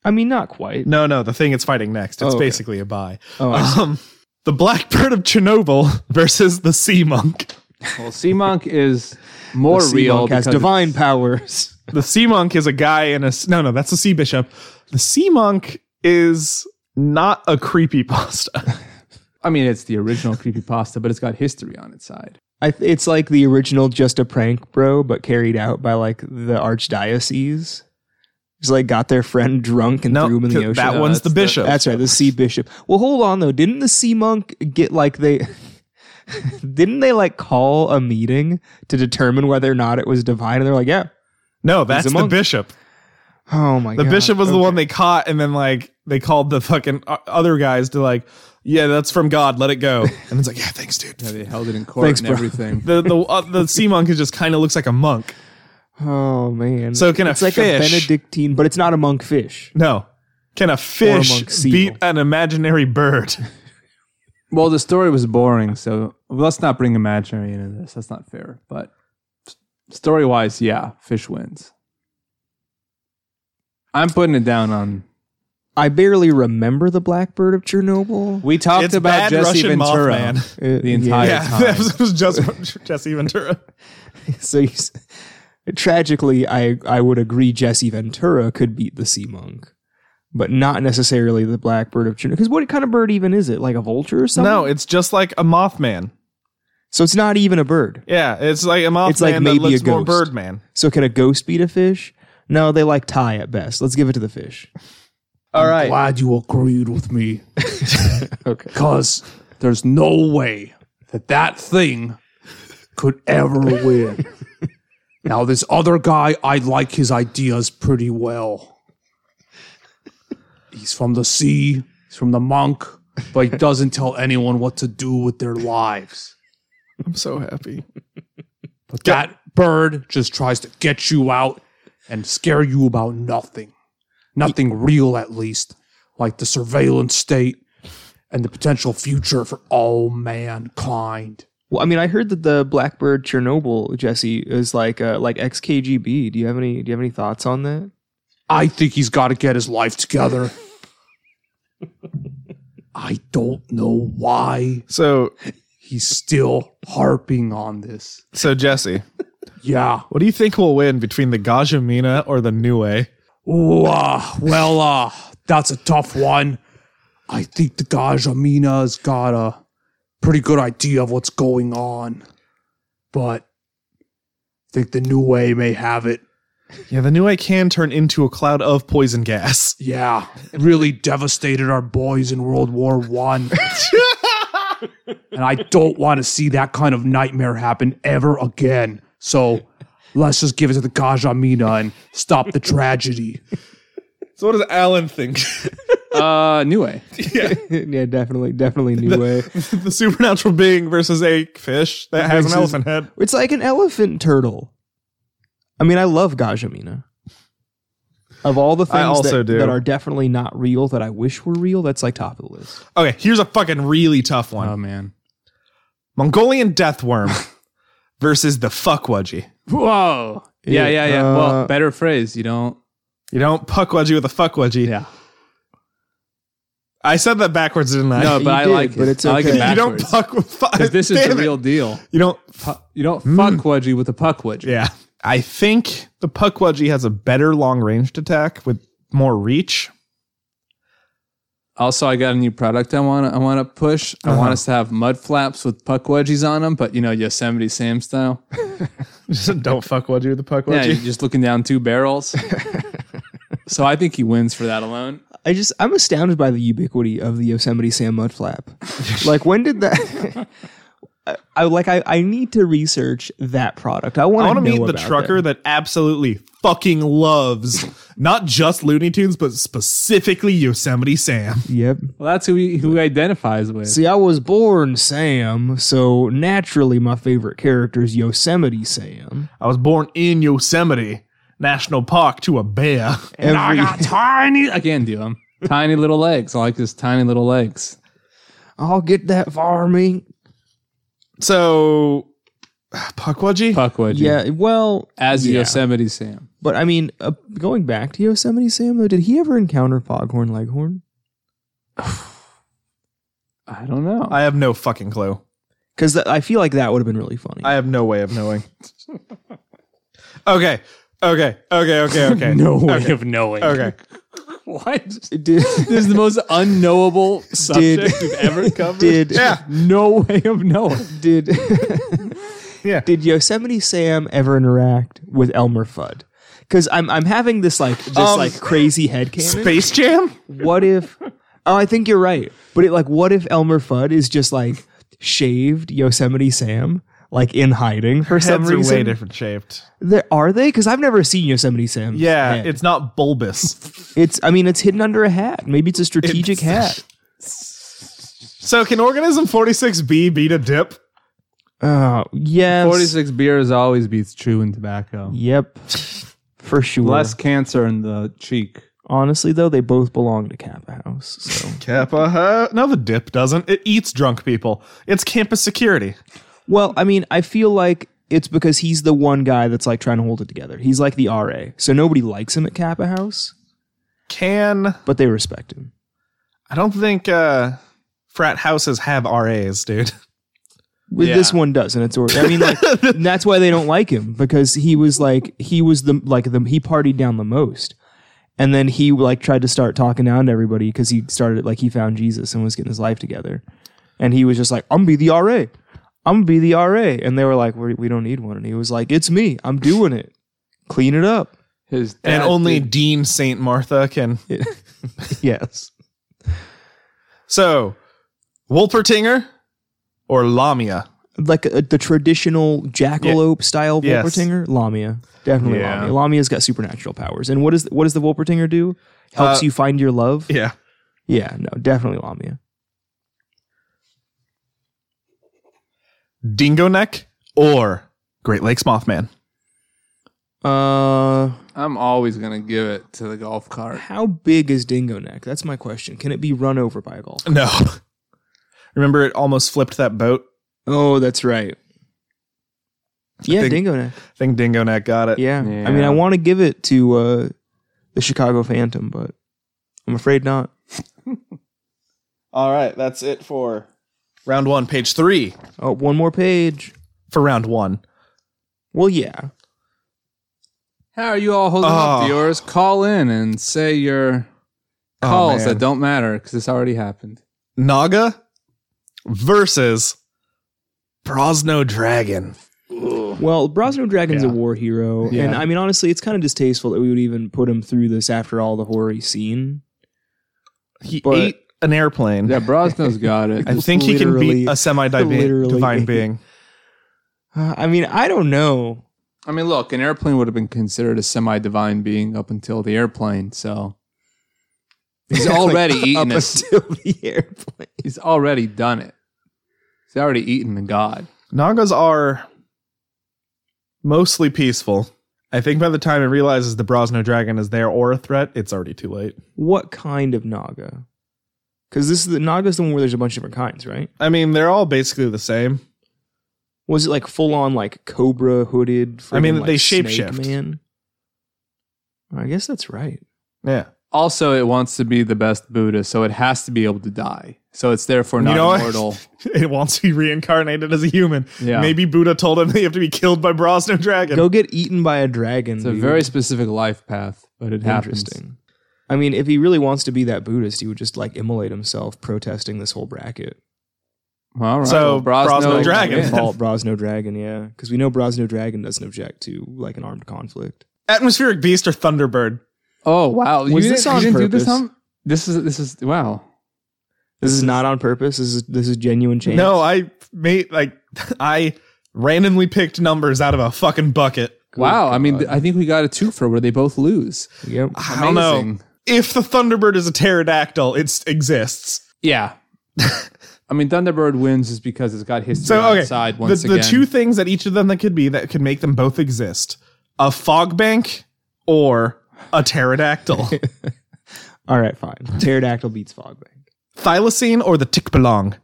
Speaker 2: I mean, not quite.
Speaker 1: No, no, the thing it's fighting next. It's
Speaker 2: Oh, okay.
Speaker 1: basically a buy.
Speaker 2: Oh, I see.
Speaker 1: Um, the Blackbird of Chernobyl versus the Sea Monk.
Speaker 3: Well, sea monk is more
Speaker 2: The sea
Speaker 3: real
Speaker 2: monk has
Speaker 3: because
Speaker 2: divine powers.
Speaker 1: The Sea Monk is a guy in a s- no, no, that's the Sea Bishop. The Sea Monk is not a creepy pasta.
Speaker 3: I mean, it's the original creepypasta, but it's got history on its side.
Speaker 2: I, it's like the original "Just a Prank, Bro," but carried out by like the archdiocese. Just like got their friend drunk and threw him in the ocean.
Speaker 1: that
Speaker 3: No,
Speaker 1: one's the
Speaker 3: that's the-
Speaker 1: bishop.
Speaker 2: That's right, the sea bishop. Well, hold on though. Didn't the sea monk get like they? didn't they like call a meeting to determine whether or not it was divine? And they're like, yeah.
Speaker 1: no, that's
Speaker 2: a
Speaker 1: the
Speaker 2: monk.
Speaker 1: bishop.
Speaker 2: Oh my
Speaker 1: The
Speaker 2: god.
Speaker 1: bishop was the
Speaker 2: Okay.
Speaker 1: one they caught, and then like they called the fucking o- other guys to like, yeah, that's from God. Let it go. And it's like, yeah, thanks, dude.
Speaker 3: Yeah, they held it in court
Speaker 2: Thanks,
Speaker 3: and
Speaker 2: bro.
Speaker 3: everything.
Speaker 1: The the uh, the sea monk is just kind of looks like a monk.
Speaker 2: Oh man.
Speaker 1: So can a
Speaker 2: it's like a
Speaker 1: fish-
Speaker 2: Benedictine, but it's not a monk fish.
Speaker 1: No, can a fish
Speaker 2: monk seal.
Speaker 1: beat an imaginary bird?
Speaker 3: well, the story was boring, so let's not bring imaginary into this. That's not fair. But story wise, yeah, fish wins. I'm putting it down on.
Speaker 2: I barely remember the blackbird of Chernobyl.
Speaker 3: We talked
Speaker 1: It's
Speaker 3: about
Speaker 1: bad
Speaker 3: Jesse
Speaker 1: Russian
Speaker 3: Ventura.
Speaker 1: Mothman.
Speaker 2: Uh,
Speaker 3: The entire-
Speaker 1: Yeah,
Speaker 3: time.
Speaker 1: that was just Jesse Ventura.
Speaker 2: so you, s- tragically, I I would agree Jesse Ventura could beat the sea monk, but not necessarily the blackbird of Chernobyl. Because what kind of bird even is it? Like a vulture or something?
Speaker 1: No, it's just like a Mothman.
Speaker 2: So it's not even a bird.
Speaker 1: Yeah, it's like a Mothman
Speaker 2: It's like
Speaker 1: that
Speaker 2: maybe a
Speaker 1: looks more
Speaker 2: ghost.
Speaker 1: Birdman.
Speaker 2: So can a ghost beat a fish? No, they like tie at best. Let's give it to the fish.
Speaker 1: All right,
Speaker 4: Glad you agreed with me.
Speaker 2: Okay.
Speaker 4: Because there's no way that that thing could ever win. now, this other guy, I like his ideas pretty well. He's from the sea, he's from the monk, but he doesn't tell anyone what to do with their lives.
Speaker 1: I'm so happy.
Speaker 4: But that bird just tries to get you out and scare you about nothing. Nothing real, at least, like the surveillance state and the potential future for all mankind.
Speaker 2: Well, I mean, I heard that the Blackbird Chernobyl Jesse is like uh, like ex KGB. Do you have any Do you have any thoughts on that?
Speaker 4: I think he's got to get his life together. I don't know why
Speaker 1: So,
Speaker 4: he's still harping on this.
Speaker 1: so Jesse,
Speaker 4: Yeah.
Speaker 1: what do you think will win between the Gajamina or the Nue?
Speaker 4: Ooh, uh, well, uh, that's a tough one. I think the Gajamina's got a pretty good idea of what's going on, but think the new way may have it.
Speaker 1: Yeah, the new way can turn into a cloud of poison gas.
Speaker 4: Yeah, it really devastated our boys in World War One. and I don't want to see that kind of nightmare happen ever again. So let's just give it to the Gajamina and stop the tragedy.
Speaker 1: So what does Alan think?
Speaker 3: Uh, new way.
Speaker 1: yeah,
Speaker 2: yeah, definitely, definitely new way.
Speaker 1: the supernatural being versus a fish that has an
Speaker 2: Versus-
Speaker 1: elephant head.
Speaker 2: It's like an elephant turtle. I mean, I love Gajamina. Of all the things
Speaker 1: I also
Speaker 2: that,
Speaker 1: do.
Speaker 2: that are definitely not real that I wish were real, that's like top of the list.
Speaker 1: Okay, here's a fucking really tough one.
Speaker 3: Oh man.
Speaker 1: Mongolian death worm versus the fuckwudgie.
Speaker 3: Whoa. Yeah, yeah, yeah.
Speaker 2: Uh,
Speaker 3: well, better phrase. You don't.
Speaker 1: You don't puckwudgie with a fuckwudgie.
Speaker 3: Yeah.
Speaker 1: I said that backwards, didn't I?
Speaker 3: No,
Speaker 2: you
Speaker 3: but I
Speaker 2: did,
Speaker 3: like
Speaker 2: but
Speaker 3: it.
Speaker 2: it's
Speaker 3: I like
Speaker 2: okay.
Speaker 3: it
Speaker 1: you don't
Speaker 3: backwards.
Speaker 1: puck. with fu-
Speaker 3: 'Cause this is the
Speaker 1: Damn it.
Speaker 3: real deal.
Speaker 1: You don't.
Speaker 3: Pu- You don't fuck wedgie with a puck wedgie.
Speaker 1: Yeah, I think the puckwudgie has a better long ranged attack with more reach.
Speaker 3: Also, I got a new product I want to I want to push. I want us to have mud flaps with puck wedgies on them, but you know Yosemite Sam style.
Speaker 1: don't fuckwudgie with the
Speaker 3: Yeah,
Speaker 1: puckwudgie.
Speaker 3: you're just looking down two barrels. so I think he wins for that alone.
Speaker 2: I just I'm astounded by the ubiquity of the Yosemite Sam mudflap. like when did that? I, I like I, I need to research that product. I
Speaker 1: I
Speaker 2: want
Speaker 1: want
Speaker 2: to
Speaker 1: to meet the trucker that absolutely fucking loves not just Looney Tunes, but specifically Yosemite Sam.
Speaker 2: Yep.
Speaker 3: Well, that's who he, who he identifies with.
Speaker 2: See, I was born Sam, so naturally my favorite character is Yosemite Sam.
Speaker 1: I was born in Yosemite National Park to a bear.
Speaker 2: Every,
Speaker 3: tiny. I can do them. Tiny little legs. I like his tiny little legs.
Speaker 2: I'll get that farming.
Speaker 1: So, puckwudgie.
Speaker 3: Puck wedgie.
Speaker 2: Yeah. Well,
Speaker 3: As
Speaker 2: Yeah.
Speaker 3: Yosemite Sam.
Speaker 2: but I mean, uh, going back to Yosemite Sam though, did he ever encounter Foghorn Leghorn?
Speaker 3: I don't know.
Speaker 1: I have no fucking clue.
Speaker 2: Because I feel like that would have been really funny.
Speaker 1: I have no way of knowing. okay. Okay. Okay. Okay. Okay.
Speaker 4: No way
Speaker 1: Okay.
Speaker 4: of knowing.
Speaker 1: Okay.
Speaker 3: what?
Speaker 2: did
Speaker 3: This is the most unknowable subject
Speaker 2: Did-
Speaker 3: we've ever covered.
Speaker 2: did
Speaker 1: Yeah.
Speaker 3: No way of knowing.
Speaker 2: did
Speaker 1: Yeah.
Speaker 2: did Yosemite Sam ever interact with Elmer Fudd? Because I'm I'm having this like this
Speaker 1: Um,
Speaker 2: like crazy head cannon.
Speaker 1: Space Jam?
Speaker 2: What if? Oh, I think you're right. But it, like, what if Elmer Fudd is just like shaved Yosemite Sam, like in hiding for some
Speaker 1: Heads are way
Speaker 2: reason?
Speaker 1: different shaped.
Speaker 2: There, are they? Because I've never seen Yosemite Sam.
Speaker 1: Yeah. It's not bulbous.
Speaker 2: it's. I mean, it's hidden under a hat. Maybe it's a strategic hat.
Speaker 1: So, can organism 46B beat a dip?
Speaker 2: Oh, yes.
Speaker 3: 46 beers always beats chewing tobacco.
Speaker 2: Yep. For sure.
Speaker 3: Less cancer in the cheek.
Speaker 2: Honestly, though, they both belong to Kappa House. So.
Speaker 1: Kappa huh? No, the dip doesn't. It eats drunk people. It's campus security.
Speaker 2: Well, I mean, I feel like it's because he's the one guy that's like trying to hold it together. He's like the RA. So nobody likes him at Kappa House,
Speaker 1: Can
Speaker 2: but they respect him.
Speaker 1: I don't think uh frat houses have RAs, dude.
Speaker 2: With This one does, and it's or- I mean, like that's why they don't like him because he was like he was the like the he partied down the most, and then he like tried to start talking down to everybody because he started like he found Jesus and was getting his life together, and he was just like I'm gonna be the RA, I'm gonna be the RA, and they were like we, we don't need one, and he was like it's me, I'm doing it, clean it up.
Speaker 3: His
Speaker 1: and only Dean Saint Martha can.
Speaker 2: Yes.
Speaker 1: So, Wolpertinger or Lamia?
Speaker 2: like a, the traditional jackalope style
Speaker 1: Yes.
Speaker 2: Wolpertinger, Lamia. Definitely
Speaker 1: Yeah.
Speaker 2: Lamia. Lamia's got supernatural powers. And what is what does the Wolpertinger do? Helps
Speaker 1: Uh,
Speaker 2: you find your love?
Speaker 1: Yeah.
Speaker 2: Yeah, no, definitely Lamia.
Speaker 1: Dingo Neck or Great Lakes Mothman?
Speaker 2: Uh
Speaker 3: I'm always going to give it to the golf cart.
Speaker 2: how big is Dingo Neck? That's my question. Can it be run over by a golf? cart?
Speaker 1: No. Remember it almost flipped that boat?
Speaker 2: Oh, that's right. Yeah,
Speaker 1: think-
Speaker 2: Dingo Neck.
Speaker 1: I think Dingo Neck got it.
Speaker 2: Yeah.
Speaker 3: Yeah.
Speaker 2: I mean, I want to give it to uh the Chicago Phantom, but I'm afraid not.
Speaker 1: All right, that's it for round 1, page 3
Speaker 2: Oh, one more page.
Speaker 1: for round 1.
Speaker 2: Well, yeah.
Speaker 3: How are you all holding up,
Speaker 1: Oh.
Speaker 3: viewers? Call in and say your
Speaker 1: Oh,
Speaker 3: calls
Speaker 1: man.
Speaker 3: that don't matter because this already happened.
Speaker 1: Naga versus Brosno Dragon.
Speaker 3: Ooh.
Speaker 2: Well, Brosnan Dragon's a
Speaker 1: Yeah.
Speaker 2: war hero,
Speaker 3: Yeah.
Speaker 2: and I mean honestly, it's kind of distasteful that we would even put him through this after all the horror he's seen.
Speaker 1: He
Speaker 2: But-
Speaker 1: ate an airplane.
Speaker 3: Yeah, Brosnan's got it.
Speaker 1: I think he can
Speaker 2: Literally-
Speaker 1: be a semi
Speaker 2: literally.
Speaker 1: divine being.
Speaker 2: Uh, I mean, I don't know.
Speaker 3: I mean, look, An airplane would have been considered a semi divine being up until the airplane, so he's already eaten
Speaker 2: up
Speaker 3: it.
Speaker 2: until the airplane.
Speaker 3: He's already done it. He's already eaten the god.
Speaker 1: Nagas are mostly peaceful. I think by the time it realizes the Brosno dragon is there or a threat, it's already too late.
Speaker 2: What kind of naga? Because this is the naga's the one where there's a bunch of different kinds, right?
Speaker 1: I mean, they're all basically the same.
Speaker 2: Was it like full on like cobra hooded?
Speaker 1: I mean,
Speaker 2: friggin', like,
Speaker 1: they
Speaker 2: snake
Speaker 1: shapeshift.
Speaker 2: Man. I guess that's right.
Speaker 1: Yeah.
Speaker 3: Also, it wants to be the best Buddha, so it has to be able to die. So it's therefore
Speaker 1: You
Speaker 3: not
Speaker 1: know what?
Speaker 3: immortal.
Speaker 1: It wants to be reincarnated as a human.
Speaker 3: Yeah.
Speaker 1: Maybe Buddha told him they have to be killed by Brosno dragon.
Speaker 2: Go get eaten by a dragon.
Speaker 3: It's a
Speaker 2: dude.
Speaker 3: very specific life path, but it happens.
Speaker 2: interesting. I mean, if he really wants to be that Buddhist, he would just like immolate himself, protesting this whole bracket.
Speaker 3: All right.
Speaker 1: So,
Speaker 3: well, Brosno
Speaker 1: Brosno Dragon.
Speaker 3: wins.
Speaker 2: Paul Brosno Dragon, yeah, because we know Brosno Dragon doesn't object to like an armed conflict.
Speaker 1: Atmospheric Beast or Thunderbird?
Speaker 3: Oh wow!
Speaker 2: Was
Speaker 3: you
Speaker 2: this
Speaker 3: didn't,
Speaker 2: on
Speaker 3: you didn't do this?
Speaker 2: purpose?
Speaker 3: Hum? This is this is wow.
Speaker 2: This is not on purpose. This is this is genuine change.
Speaker 1: No, I made like I randomly picked numbers out of a fucking bucket.
Speaker 3: wow! I mean,
Speaker 2: God.
Speaker 3: th- I think we got a twofer where they both lose.
Speaker 2: Yep.
Speaker 1: I don't know.
Speaker 3: Amazing.
Speaker 1: If the Thunderbird is a pterodactyl, it exists.
Speaker 3: Yeah. I mean, Thunderbird wins is because it's got history
Speaker 1: So okay,
Speaker 3: outside
Speaker 1: the,
Speaker 3: once
Speaker 1: the
Speaker 3: again.
Speaker 1: two things that each of them that could be that could make them both exist: a fog bank or a pterodactyl,
Speaker 2: All right, fine. Pterodactyl beats Fogbank.
Speaker 1: thylacine or the tickbalong.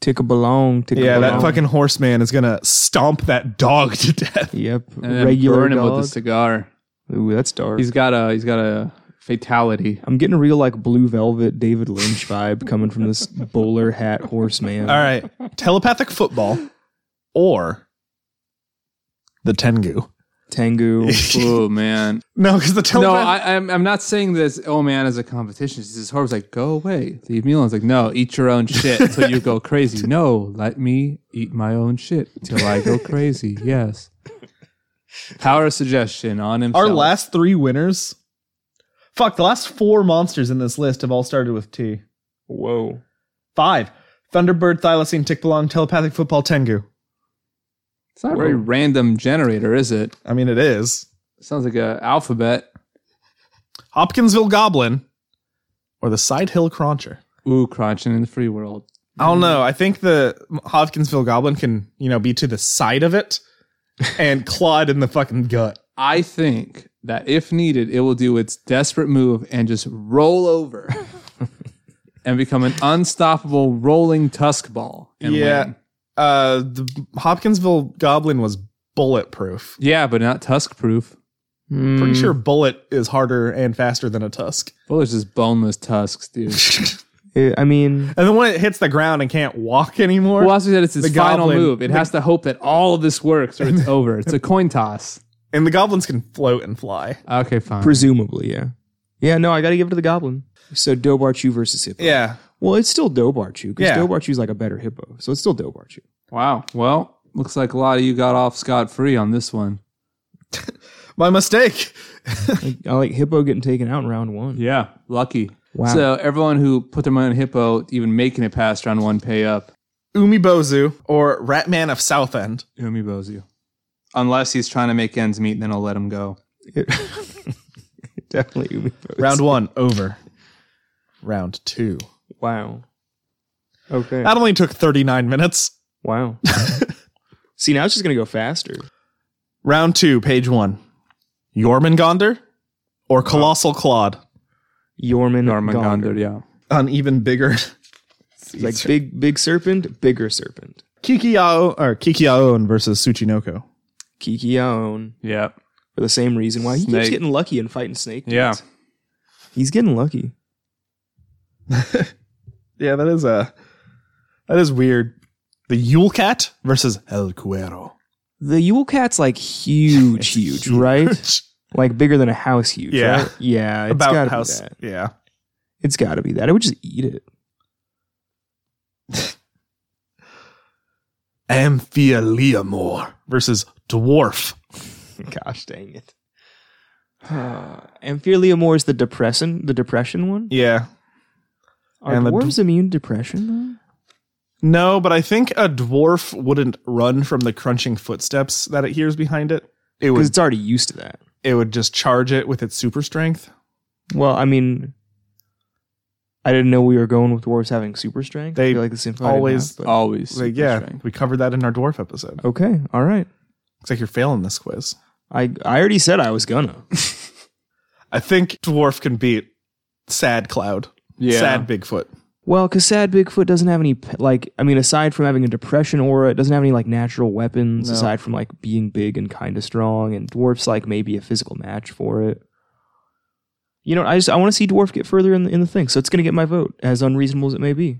Speaker 2: Tick a belong. Tick a
Speaker 1: Yeah, that
Speaker 2: belong.
Speaker 1: fucking horseman is gonna stomp that dog to death.
Speaker 2: Yep.
Speaker 3: and then
Speaker 2: Regular
Speaker 3: burn him
Speaker 2: dog.
Speaker 3: with a cigar.
Speaker 2: Ooh, that's dark.
Speaker 3: He's got a he's got a fatality.
Speaker 2: I'm getting a real like blue velvet David Lynch vibe coming from this bowler hat horse man.
Speaker 1: All right, telepathic football or the tengu.
Speaker 2: Tengu.
Speaker 3: oh man!
Speaker 1: No, because the
Speaker 3: No,
Speaker 1: telepath.
Speaker 3: I, I'm I'm not saying this. Oh man, as a competition, this is horrible. It's like go away, leave me alone. It's like no, eat your own shit until you go crazy. No, let me eat my own shit till I go crazy. Yes. Power of suggestion on himself.
Speaker 1: Our last three winners. Fuck, the last four monsters in this list have all started with T.
Speaker 2: Whoa.
Speaker 1: Five. Thunderbird, Thylacine, Tickbalong, Telepathic Football, Tengu.
Speaker 3: It's not a very
Speaker 2: Whoa.
Speaker 3: random generator, is it?
Speaker 1: I mean, it is.
Speaker 3: Sounds like a alphabet.
Speaker 1: Hopkinsville Goblin or the Side Hill Cruncher.
Speaker 3: Ooh, crunching in the free world.
Speaker 1: I don't know. I think the Hopkinsville Goblin can, you know, be to the side of it and clawed in the fucking gut.
Speaker 3: I think that if needed, it will do its desperate move and just roll over and become an unstoppable rolling tusk ball. and
Speaker 1: Yeah.
Speaker 3: win.
Speaker 1: Uh, the Hopkinsville Goblin was bulletproof.
Speaker 3: Yeah, but not tusk proof.
Speaker 2: Hmm.
Speaker 1: Pretty sure bullet is harder and faster than a tusk.
Speaker 3: Well, there's just boneless tusks, dude.
Speaker 2: Eh, I mean,
Speaker 1: And then when it hits the ground and can't walk anymore,
Speaker 3: well, also that it's its
Speaker 1: The
Speaker 3: final
Speaker 1: goblin-
Speaker 3: move. It has to hope that all of this works or it's over. It's a coin toss.
Speaker 1: and the goblins can float and fly.
Speaker 3: Okay, fine.
Speaker 2: presumably, yeah. Yeah, no, I got to give it to the goblin. So Dobarchu versus Hippo.
Speaker 1: Yeah.
Speaker 2: Well, it's still Dobarchu because
Speaker 1: Yeah.
Speaker 2: Dobarchu's like a better Hippo. So it's still Dobarchu.
Speaker 3: wow. Well, looks like a lot of you got off scot free on this one.
Speaker 1: My mistake.
Speaker 2: Like, I like Hippo getting taken out in round one.
Speaker 3: Yeah, lucky.
Speaker 2: Wow.
Speaker 3: So everyone who put their money on Hippo, even making it past round one, pay up.
Speaker 1: Umi Bozu or Ratman of Southend.
Speaker 3: Umi Bozu. Unless he's trying to make ends meet, then I'll let him go.
Speaker 2: Definitely Umi Bozu.
Speaker 1: Round one over. Round two.
Speaker 2: Wow. Okay.
Speaker 1: That only took 39 minutes.
Speaker 2: Wow. See, now it's just going to go faster.
Speaker 1: Round two, page one. Jormungandr or Colossal Clod?
Speaker 2: Yorman Gondor.
Speaker 3: yeah.
Speaker 1: An even bigger
Speaker 2: It's like big, big serpent, bigger serpent.
Speaker 1: Kikiao or Kikiaon versus Tsuchinoko.
Speaker 2: Kikiaon.
Speaker 3: Yeah.
Speaker 2: For the same reason why he keeps
Speaker 3: Snake.
Speaker 2: getting lucky and fighting snake.
Speaker 3: Yeah.
Speaker 2: dudes. He's getting lucky.
Speaker 1: Yeah, that is a that is weird. The Yule Cat versus El Cuero.
Speaker 2: The Yule Cat's like huge, huge, right? Like bigger than a house huge.
Speaker 1: Yeah.
Speaker 2: right? Yeah. It's
Speaker 1: About
Speaker 2: gotta
Speaker 1: house.
Speaker 2: Be that.
Speaker 1: Yeah.
Speaker 2: It's gotta be that. I would just eat it.
Speaker 1: Amphileomor versus Dwarf.
Speaker 2: Gosh dang it. Amphilia more is the depression, the depression one.
Speaker 1: Yeah.
Speaker 2: Are
Speaker 1: And the
Speaker 2: dwarves immune to depression
Speaker 1: No, but I think a dwarf wouldn't run from the crunching footsteps that it hears behind it. It
Speaker 2: though? Because
Speaker 1: would
Speaker 2: it's already used to that.
Speaker 1: it would just charge it with its super strength.
Speaker 2: Well, I mean, I didn't know we were going with dwarves having super strength.
Speaker 1: They
Speaker 2: I feel like this
Speaker 1: always-
Speaker 2: Not,
Speaker 3: Always.
Speaker 1: Like,
Speaker 3: super
Speaker 1: yeah,
Speaker 3: strength.
Speaker 1: we covered that in our dwarf episode.
Speaker 2: but- okay, all right.
Speaker 1: Looks like you're failing this quiz.
Speaker 2: I I already said I was gonna.
Speaker 1: I think dwarf can beat sad cloud.
Speaker 3: Yeah.
Speaker 1: Sad Bigfoot.
Speaker 2: Well, because sad Bigfoot doesn't have any pe- like I mean, aside from having a depression aura, it doesn't have any like natural weapons
Speaker 1: No.
Speaker 2: aside from like being big and kind of strong. And dwarf's like maybe a physical match for it. You know, I just I want to see dwarf get further in the, in the thing, so it's gonna get my vote, as unreasonable as it may be.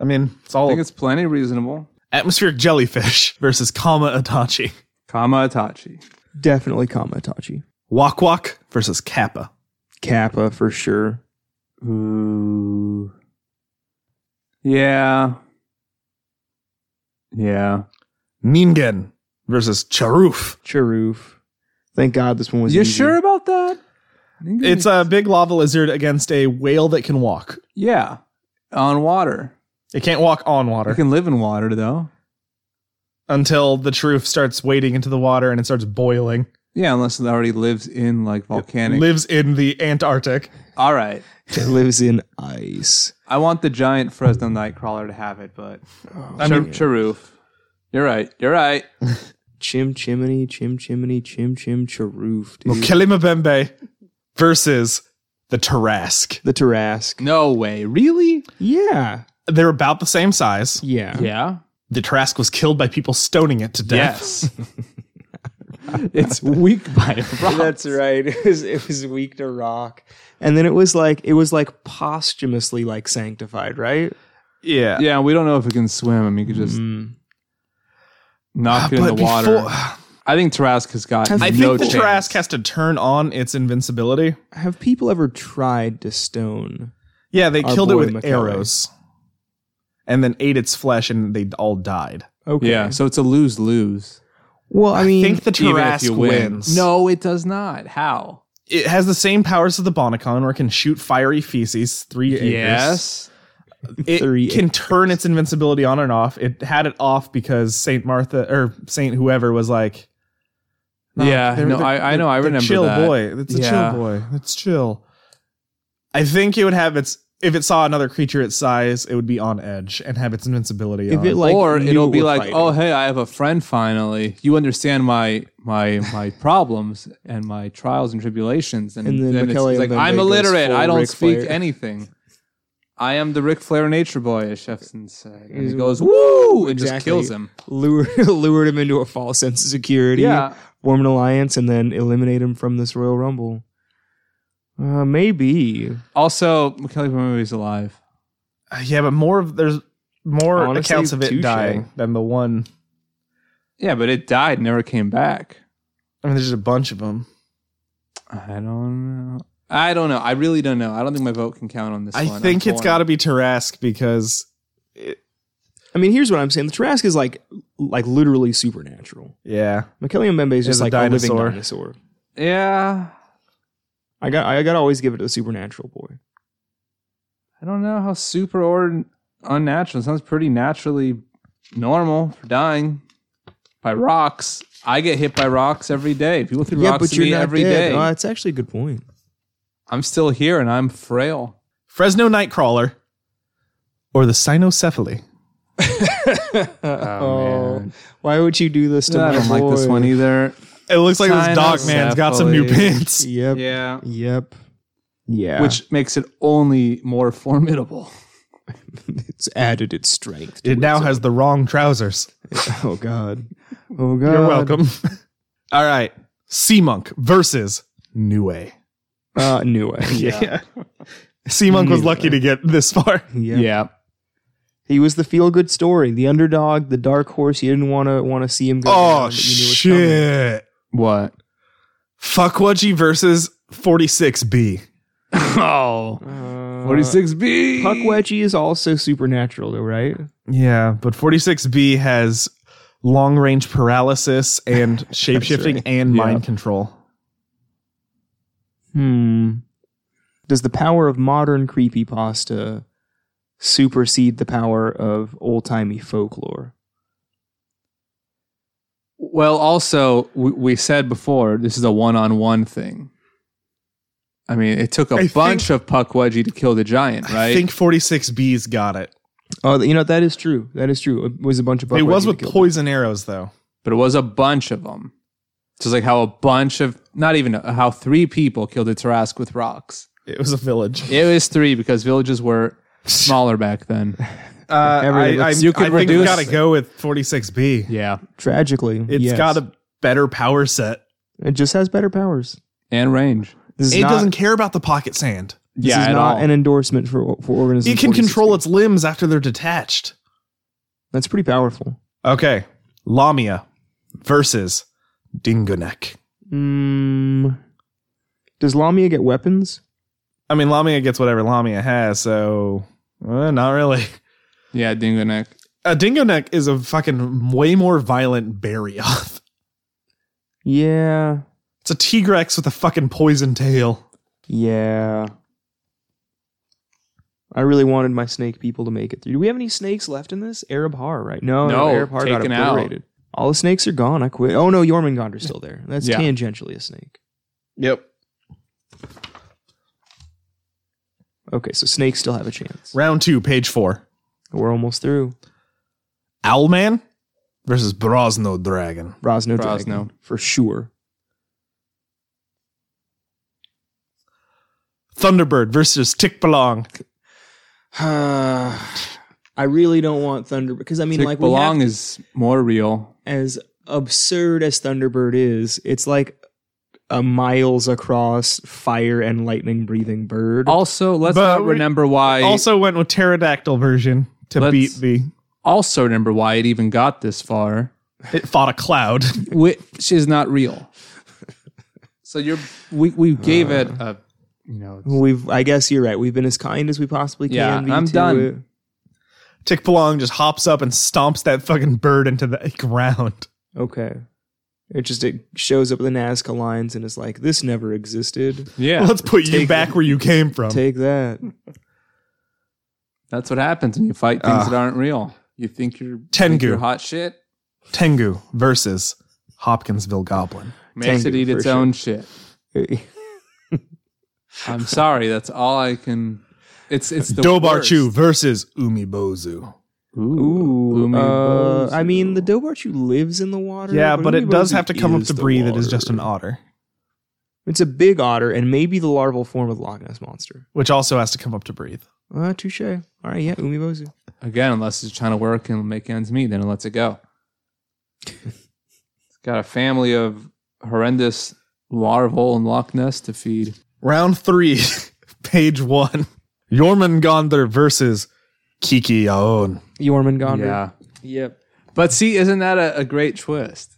Speaker 1: I mean, it's
Speaker 3: I
Speaker 1: all
Speaker 3: think it's plenty reasonable.
Speaker 1: atmospheric jellyfish versus Kama Itachi.
Speaker 3: Kama Itachi.
Speaker 2: Definitely Kamatachi,
Speaker 1: Wok Wok versus Kappa.
Speaker 2: Kappa for sure.
Speaker 3: Ooh. Yeah. Yeah.
Speaker 1: Ningen versus Charoof.
Speaker 2: Charoof. Thank God this one was.
Speaker 3: You
Speaker 2: easy.
Speaker 3: sure about that?
Speaker 1: It's a big lava lizard against a whale that can walk.
Speaker 3: yeah. On water.
Speaker 1: It can't walk on
Speaker 3: You
Speaker 1: water
Speaker 3: can live in water though.
Speaker 1: until the Charoof starts wading into the water and it starts boiling.
Speaker 3: Yeah, unless it already lives in like volcanic.
Speaker 1: Lives in the Antarctic.
Speaker 3: All right.
Speaker 2: It lives in ice.
Speaker 3: I want the giant Fresno Nightcrawler to have it, but
Speaker 1: I
Speaker 3: Char-
Speaker 1: mean-
Speaker 3: Charoof. You're right. You're right.
Speaker 2: Chim chimney, chim chimney, chim chim Charoof. Dude.
Speaker 1: Mokelimabembe versus the Tarask.
Speaker 2: The Tarask.
Speaker 3: No way. Really?
Speaker 2: Yeah.
Speaker 1: They're about the same size.
Speaker 2: Yeah.
Speaker 3: Yeah.
Speaker 1: The Tarask was killed by people stoning it to death.
Speaker 3: Yes. it's weak by a rock.
Speaker 2: That's right. It was it was weak to rock, and then it was like it was like posthumously like sanctified, right?
Speaker 1: Yeah.
Speaker 3: Yeah, we don't know if it can swim. I mean, you could
Speaker 1: Mm.
Speaker 3: just
Speaker 2: Mm.
Speaker 3: knock it in the water. I think Tarask has got
Speaker 2: I
Speaker 1: Ah, I think
Speaker 3: no
Speaker 1: the
Speaker 3: chance.
Speaker 1: Tarask has to turn on its invincibility.
Speaker 2: Have people ever tried to stone?
Speaker 1: Yeah, they
Speaker 2: Our
Speaker 1: killed it
Speaker 2: boy
Speaker 1: with
Speaker 2: McKellar.
Speaker 1: arrows. And then ate its flesh and they all died.
Speaker 2: Okay.
Speaker 3: Yeah, so it's a lose lose.
Speaker 2: Well, I
Speaker 1: I
Speaker 2: mean,
Speaker 1: think the
Speaker 3: even if
Speaker 1: Tarask
Speaker 3: you win.
Speaker 1: wins.
Speaker 3: No, it does not. How?
Speaker 1: It has the same powers as the Bonicon where it can shoot fiery feces, three acres.
Speaker 3: Yes.
Speaker 1: It
Speaker 2: Three
Speaker 1: can turn its invincibility on and off. It had it off because Saint Martha or Saint whoever was like "No,
Speaker 3: Yeah,
Speaker 1: they're-
Speaker 3: no,
Speaker 1: they're-
Speaker 3: I- I
Speaker 1: they're-
Speaker 3: know, I
Speaker 1: they're
Speaker 3: remember
Speaker 1: Chill
Speaker 3: that.
Speaker 1: boy. It's a
Speaker 3: Yeah.
Speaker 1: chill boy. It's chill. I think it would have its if it saw another creature its size, it would be on edge and have its invincibility
Speaker 2: If
Speaker 1: on.
Speaker 2: it like
Speaker 3: or
Speaker 2: knew
Speaker 3: it'll be
Speaker 2: we're
Speaker 3: like,
Speaker 2: fighting.
Speaker 3: oh hey, I have a friend finally. You understand my my my problems and my trials and tribulations. And,
Speaker 2: And then
Speaker 3: then it's,
Speaker 2: Michele
Speaker 3: it's like
Speaker 2: Mbembe
Speaker 3: I'm
Speaker 2: goes
Speaker 3: illiterate.
Speaker 2: full
Speaker 3: I don't
Speaker 2: Ric
Speaker 3: speak
Speaker 2: Flair."
Speaker 3: anything. I am the Ric Flair nature boy, as Shefton said. And
Speaker 2: He's-
Speaker 3: he goes, Woo! It just
Speaker 2: Exactly.
Speaker 3: kills him.
Speaker 2: lured lured him into a false sense of security.
Speaker 3: Yeah.
Speaker 2: form an alliance and then eliminate him from this Royal Rumble. Uh, maybe.
Speaker 3: Also, Michele Mbembe is alive.
Speaker 1: yeah, but more of there's more
Speaker 2: Honestly,
Speaker 1: accounts of it
Speaker 2: touche.
Speaker 1: dying than the one.
Speaker 3: Yeah, but it died, and never came back.
Speaker 1: I mean, there's just a bunch of them.
Speaker 3: I don't know. I don't know. I really don't know. I don't think my vote can count on this
Speaker 1: I
Speaker 3: one.
Speaker 1: think
Speaker 3: I'm
Speaker 1: it's
Speaker 3: torn.
Speaker 1: got to be Tarask because
Speaker 2: I mean, here's what I'm saying: the Tarask is like, like literally supernatural.
Speaker 1: yeah,
Speaker 2: Michele Mbembe is
Speaker 1: Is
Speaker 2: just
Speaker 1: a
Speaker 2: like a
Speaker 1: dinosaur.
Speaker 2: living dinosaur.
Speaker 3: Yeah.
Speaker 2: I got, I got to always give it to the supernatural boy.
Speaker 3: I don't know how super or unnatural. It sounds pretty naturally normal for dying by rocks. I get hit by rocks every day. People throw rocks at me every
Speaker 2: dead.
Speaker 3: day.
Speaker 2: Oh, that's actually a good point.
Speaker 3: I'm still here and I'm frail.
Speaker 1: Fresno Nightcrawler or the Cynocephaly.
Speaker 2: Oh, why would you do this to
Speaker 3: I
Speaker 2: my
Speaker 3: don't like this
Speaker 2: boy?
Speaker 3: one e- either.
Speaker 1: It looks like this dog man's got some new
Speaker 3: Cynocephaly.
Speaker 1: pants.
Speaker 2: Yep.
Speaker 3: Yeah.
Speaker 2: Yep. Yeah.
Speaker 3: Which makes it only more formidable.
Speaker 2: it's added its strength.
Speaker 1: It now has the wrong trousers.
Speaker 2: Oh God. Oh God.
Speaker 1: You're welcome. All right. Sea Monk versus Nue.
Speaker 2: Uh, new way.
Speaker 1: Yeah. Sea Monk was lucky to get this far.
Speaker 2: Yeah.
Speaker 3: Yeah.
Speaker 2: He was the feel good story, the underdog, the dark horse. You didn't want to want to see him go. down,
Speaker 1: Oh,
Speaker 2: but you knew it was coming.
Speaker 1: shit.
Speaker 3: What?
Speaker 1: Fuckwudgie versus 46B.
Speaker 3: Oh.
Speaker 2: Uh,
Speaker 3: 46B.
Speaker 2: Puck Wedgie is also supernatural, though, right?
Speaker 1: Yeah, but 46B has long range paralysis and shapeshifting
Speaker 2: right.
Speaker 1: and
Speaker 2: Yeah.
Speaker 1: mind control.
Speaker 2: Hmm. Does the power of modern creepypasta supersede the power of old timey folklore?
Speaker 3: Well, also we, we said before this is a one-on-one thing. I mean, it took a
Speaker 1: I
Speaker 3: bunch of Puckwudgie to kill the giant, right?
Speaker 1: I think 46B's got it.
Speaker 2: Oh, you know that is true. That is true. It was a bunch of
Speaker 1: it
Speaker 2: buckwheat
Speaker 1: was
Speaker 2: that
Speaker 1: with
Speaker 2: killed
Speaker 1: poison arrows, though.
Speaker 3: but it was a bunch of them. Just like how a bunch of not even how three people killed a Tarask with rocks.
Speaker 1: It was a village.
Speaker 3: It was three because villages were smaller back then.
Speaker 1: Uh, I,
Speaker 2: Everything
Speaker 1: I,
Speaker 2: looks-
Speaker 1: you
Speaker 3: You
Speaker 1: could
Speaker 3: could
Speaker 1: I think we
Speaker 3: reduce-
Speaker 1: gotta go with 46B.
Speaker 3: Yeah,
Speaker 2: tragically.
Speaker 1: It's
Speaker 2: yes.
Speaker 1: got a better power set.
Speaker 2: It just has better powers.
Speaker 3: and range.
Speaker 2: This is
Speaker 1: It
Speaker 2: not,
Speaker 1: doesn't care about the pocket sand.
Speaker 2: This
Speaker 3: yeah,
Speaker 2: is
Speaker 3: at
Speaker 2: not
Speaker 3: all.
Speaker 2: an endorsement for for organism.
Speaker 1: It can control its limbs after they're detached.
Speaker 2: That's pretty powerful.
Speaker 1: Okay. Lamia versus Dingonek.
Speaker 2: Mm, does Lamia get weapons?
Speaker 1: I mean, Lamia gets whatever Lamia has, so uh, not really.
Speaker 3: Yeah, Dingo Neck.
Speaker 1: A Dingonek is a fucking way more violent Barioth.
Speaker 2: Yeah,
Speaker 1: It's a T-Rex with a fucking poison tail.
Speaker 2: yeah. I really wanted my snake people to make it through. Do we have any snakes left in this Arab Har? Right? No,
Speaker 3: No,
Speaker 2: Arab Har got
Speaker 3: taken out.
Speaker 2: obliterated. All the snakes are gone. I quit. Oh no, Jormungandr's still there. That's
Speaker 3: Yeah.
Speaker 2: tangentially a snake.
Speaker 1: Yep.
Speaker 2: Okay, so snakes still have a chance.
Speaker 1: Round two, page four.
Speaker 2: We're almost through.
Speaker 1: Owlman versus Brosno Dragon.
Speaker 2: Brosno,
Speaker 3: Brosno.
Speaker 2: Dragon, for sure.
Speaker 1: Thunderbird versus Tick Belong.
Speaker 2: I really don't want Thunder because I mean,
Speaker 3: Tick
Speaker 2: like, we have
Speaker 3: Belong is more real.
Speaker 2: as absurd as Thunderbird is, it's like a miles across fire and lightning breathing bird.
Speaker 3: Also, let's
Speaker 1: But
Speaker 3: not
Speaker 1: we-
Speaker 3: remember why.
Speaker 1: also went with pterodactyl version to
Speaker 3: Let's-
Speaker 1: beat the.
Speaker 3: also remember why it even got this far,
Speaker 1: It fought a cloud.
Speaker 3: which is not real. so you're we we gave it a you know
Speaker 2: We've, I guess you're right. We've been as kind as we possibly can.
Speaker 3: Yeah,
Speaker 2: be
Speaker 3: I'm
Speaker 2: to
Speaker 3: done.
Speaker 2: it.
Speaker 1: Tick Belong just hops up and stomps that fucking bird into the ground.
Speaker 2: Okay. It just it shows up in the Nazca lines and is like, this never existed.
Speaker 3: yeah.
Speaker 1: Let's put you back where you came from.
Speaker 2: Take that.
Speaker 3: That's what happens when you fight things
Speaker 1: Ah.
Speaker 3: that aren't real. You think you're
Speaker 1: Tengu.
Speaker 3: think you're hot shit
Speaker 1: Tengu versus Hopkinsville Goblin.
Speaker 3: makes
Speaker 2: Tengu,
Speaker 3: it eat
Speaker 2: for
Speaker 3: its
Speaker 2: sure.
Speaker 3: own shit. I'm sorry, that's all I can. It's it's the
Speaker 1: Dobarchu
Speaker 3: worst.
Speaker 1: versus Umibozu.
Speaker 2: Ooh.
Speaker 3: Umi
Speaker 2: uh,
Speaker 3: Bozu.
Speaker 2: I mean, the Dobarchu lives in the water.
Speaker 1: Yeah, but it does
Speaker 2: Umibozu
Speaker 1: have to come up
Speaker 2: is
Speaker 1: to
Speaker 2: the
Speaker 1: breathe. It is just
Speaker 2: water.
Speaker 1: an otter,
Speaker 2: It's a big otter and maybe the larval form of the Loch Ness monster.
Speaker 1: which also has to come up to breathe.
Speaker 2: Uh, touche. All right, yeah, Umibozu.
Speaker 3: again, unless it's trying to work and make ends meet, then it lets it go. it's got a family of horrendous larval and Loch Ness to feed.
Speaker 1: Round three, page one. Jormungandr versus Kiki Aon.
Speaker 2: Jormungandr.
Speaker 3: Yeah,
Speaker 2: Yep.
Speaker 3: but see, isn't that a, a great twist?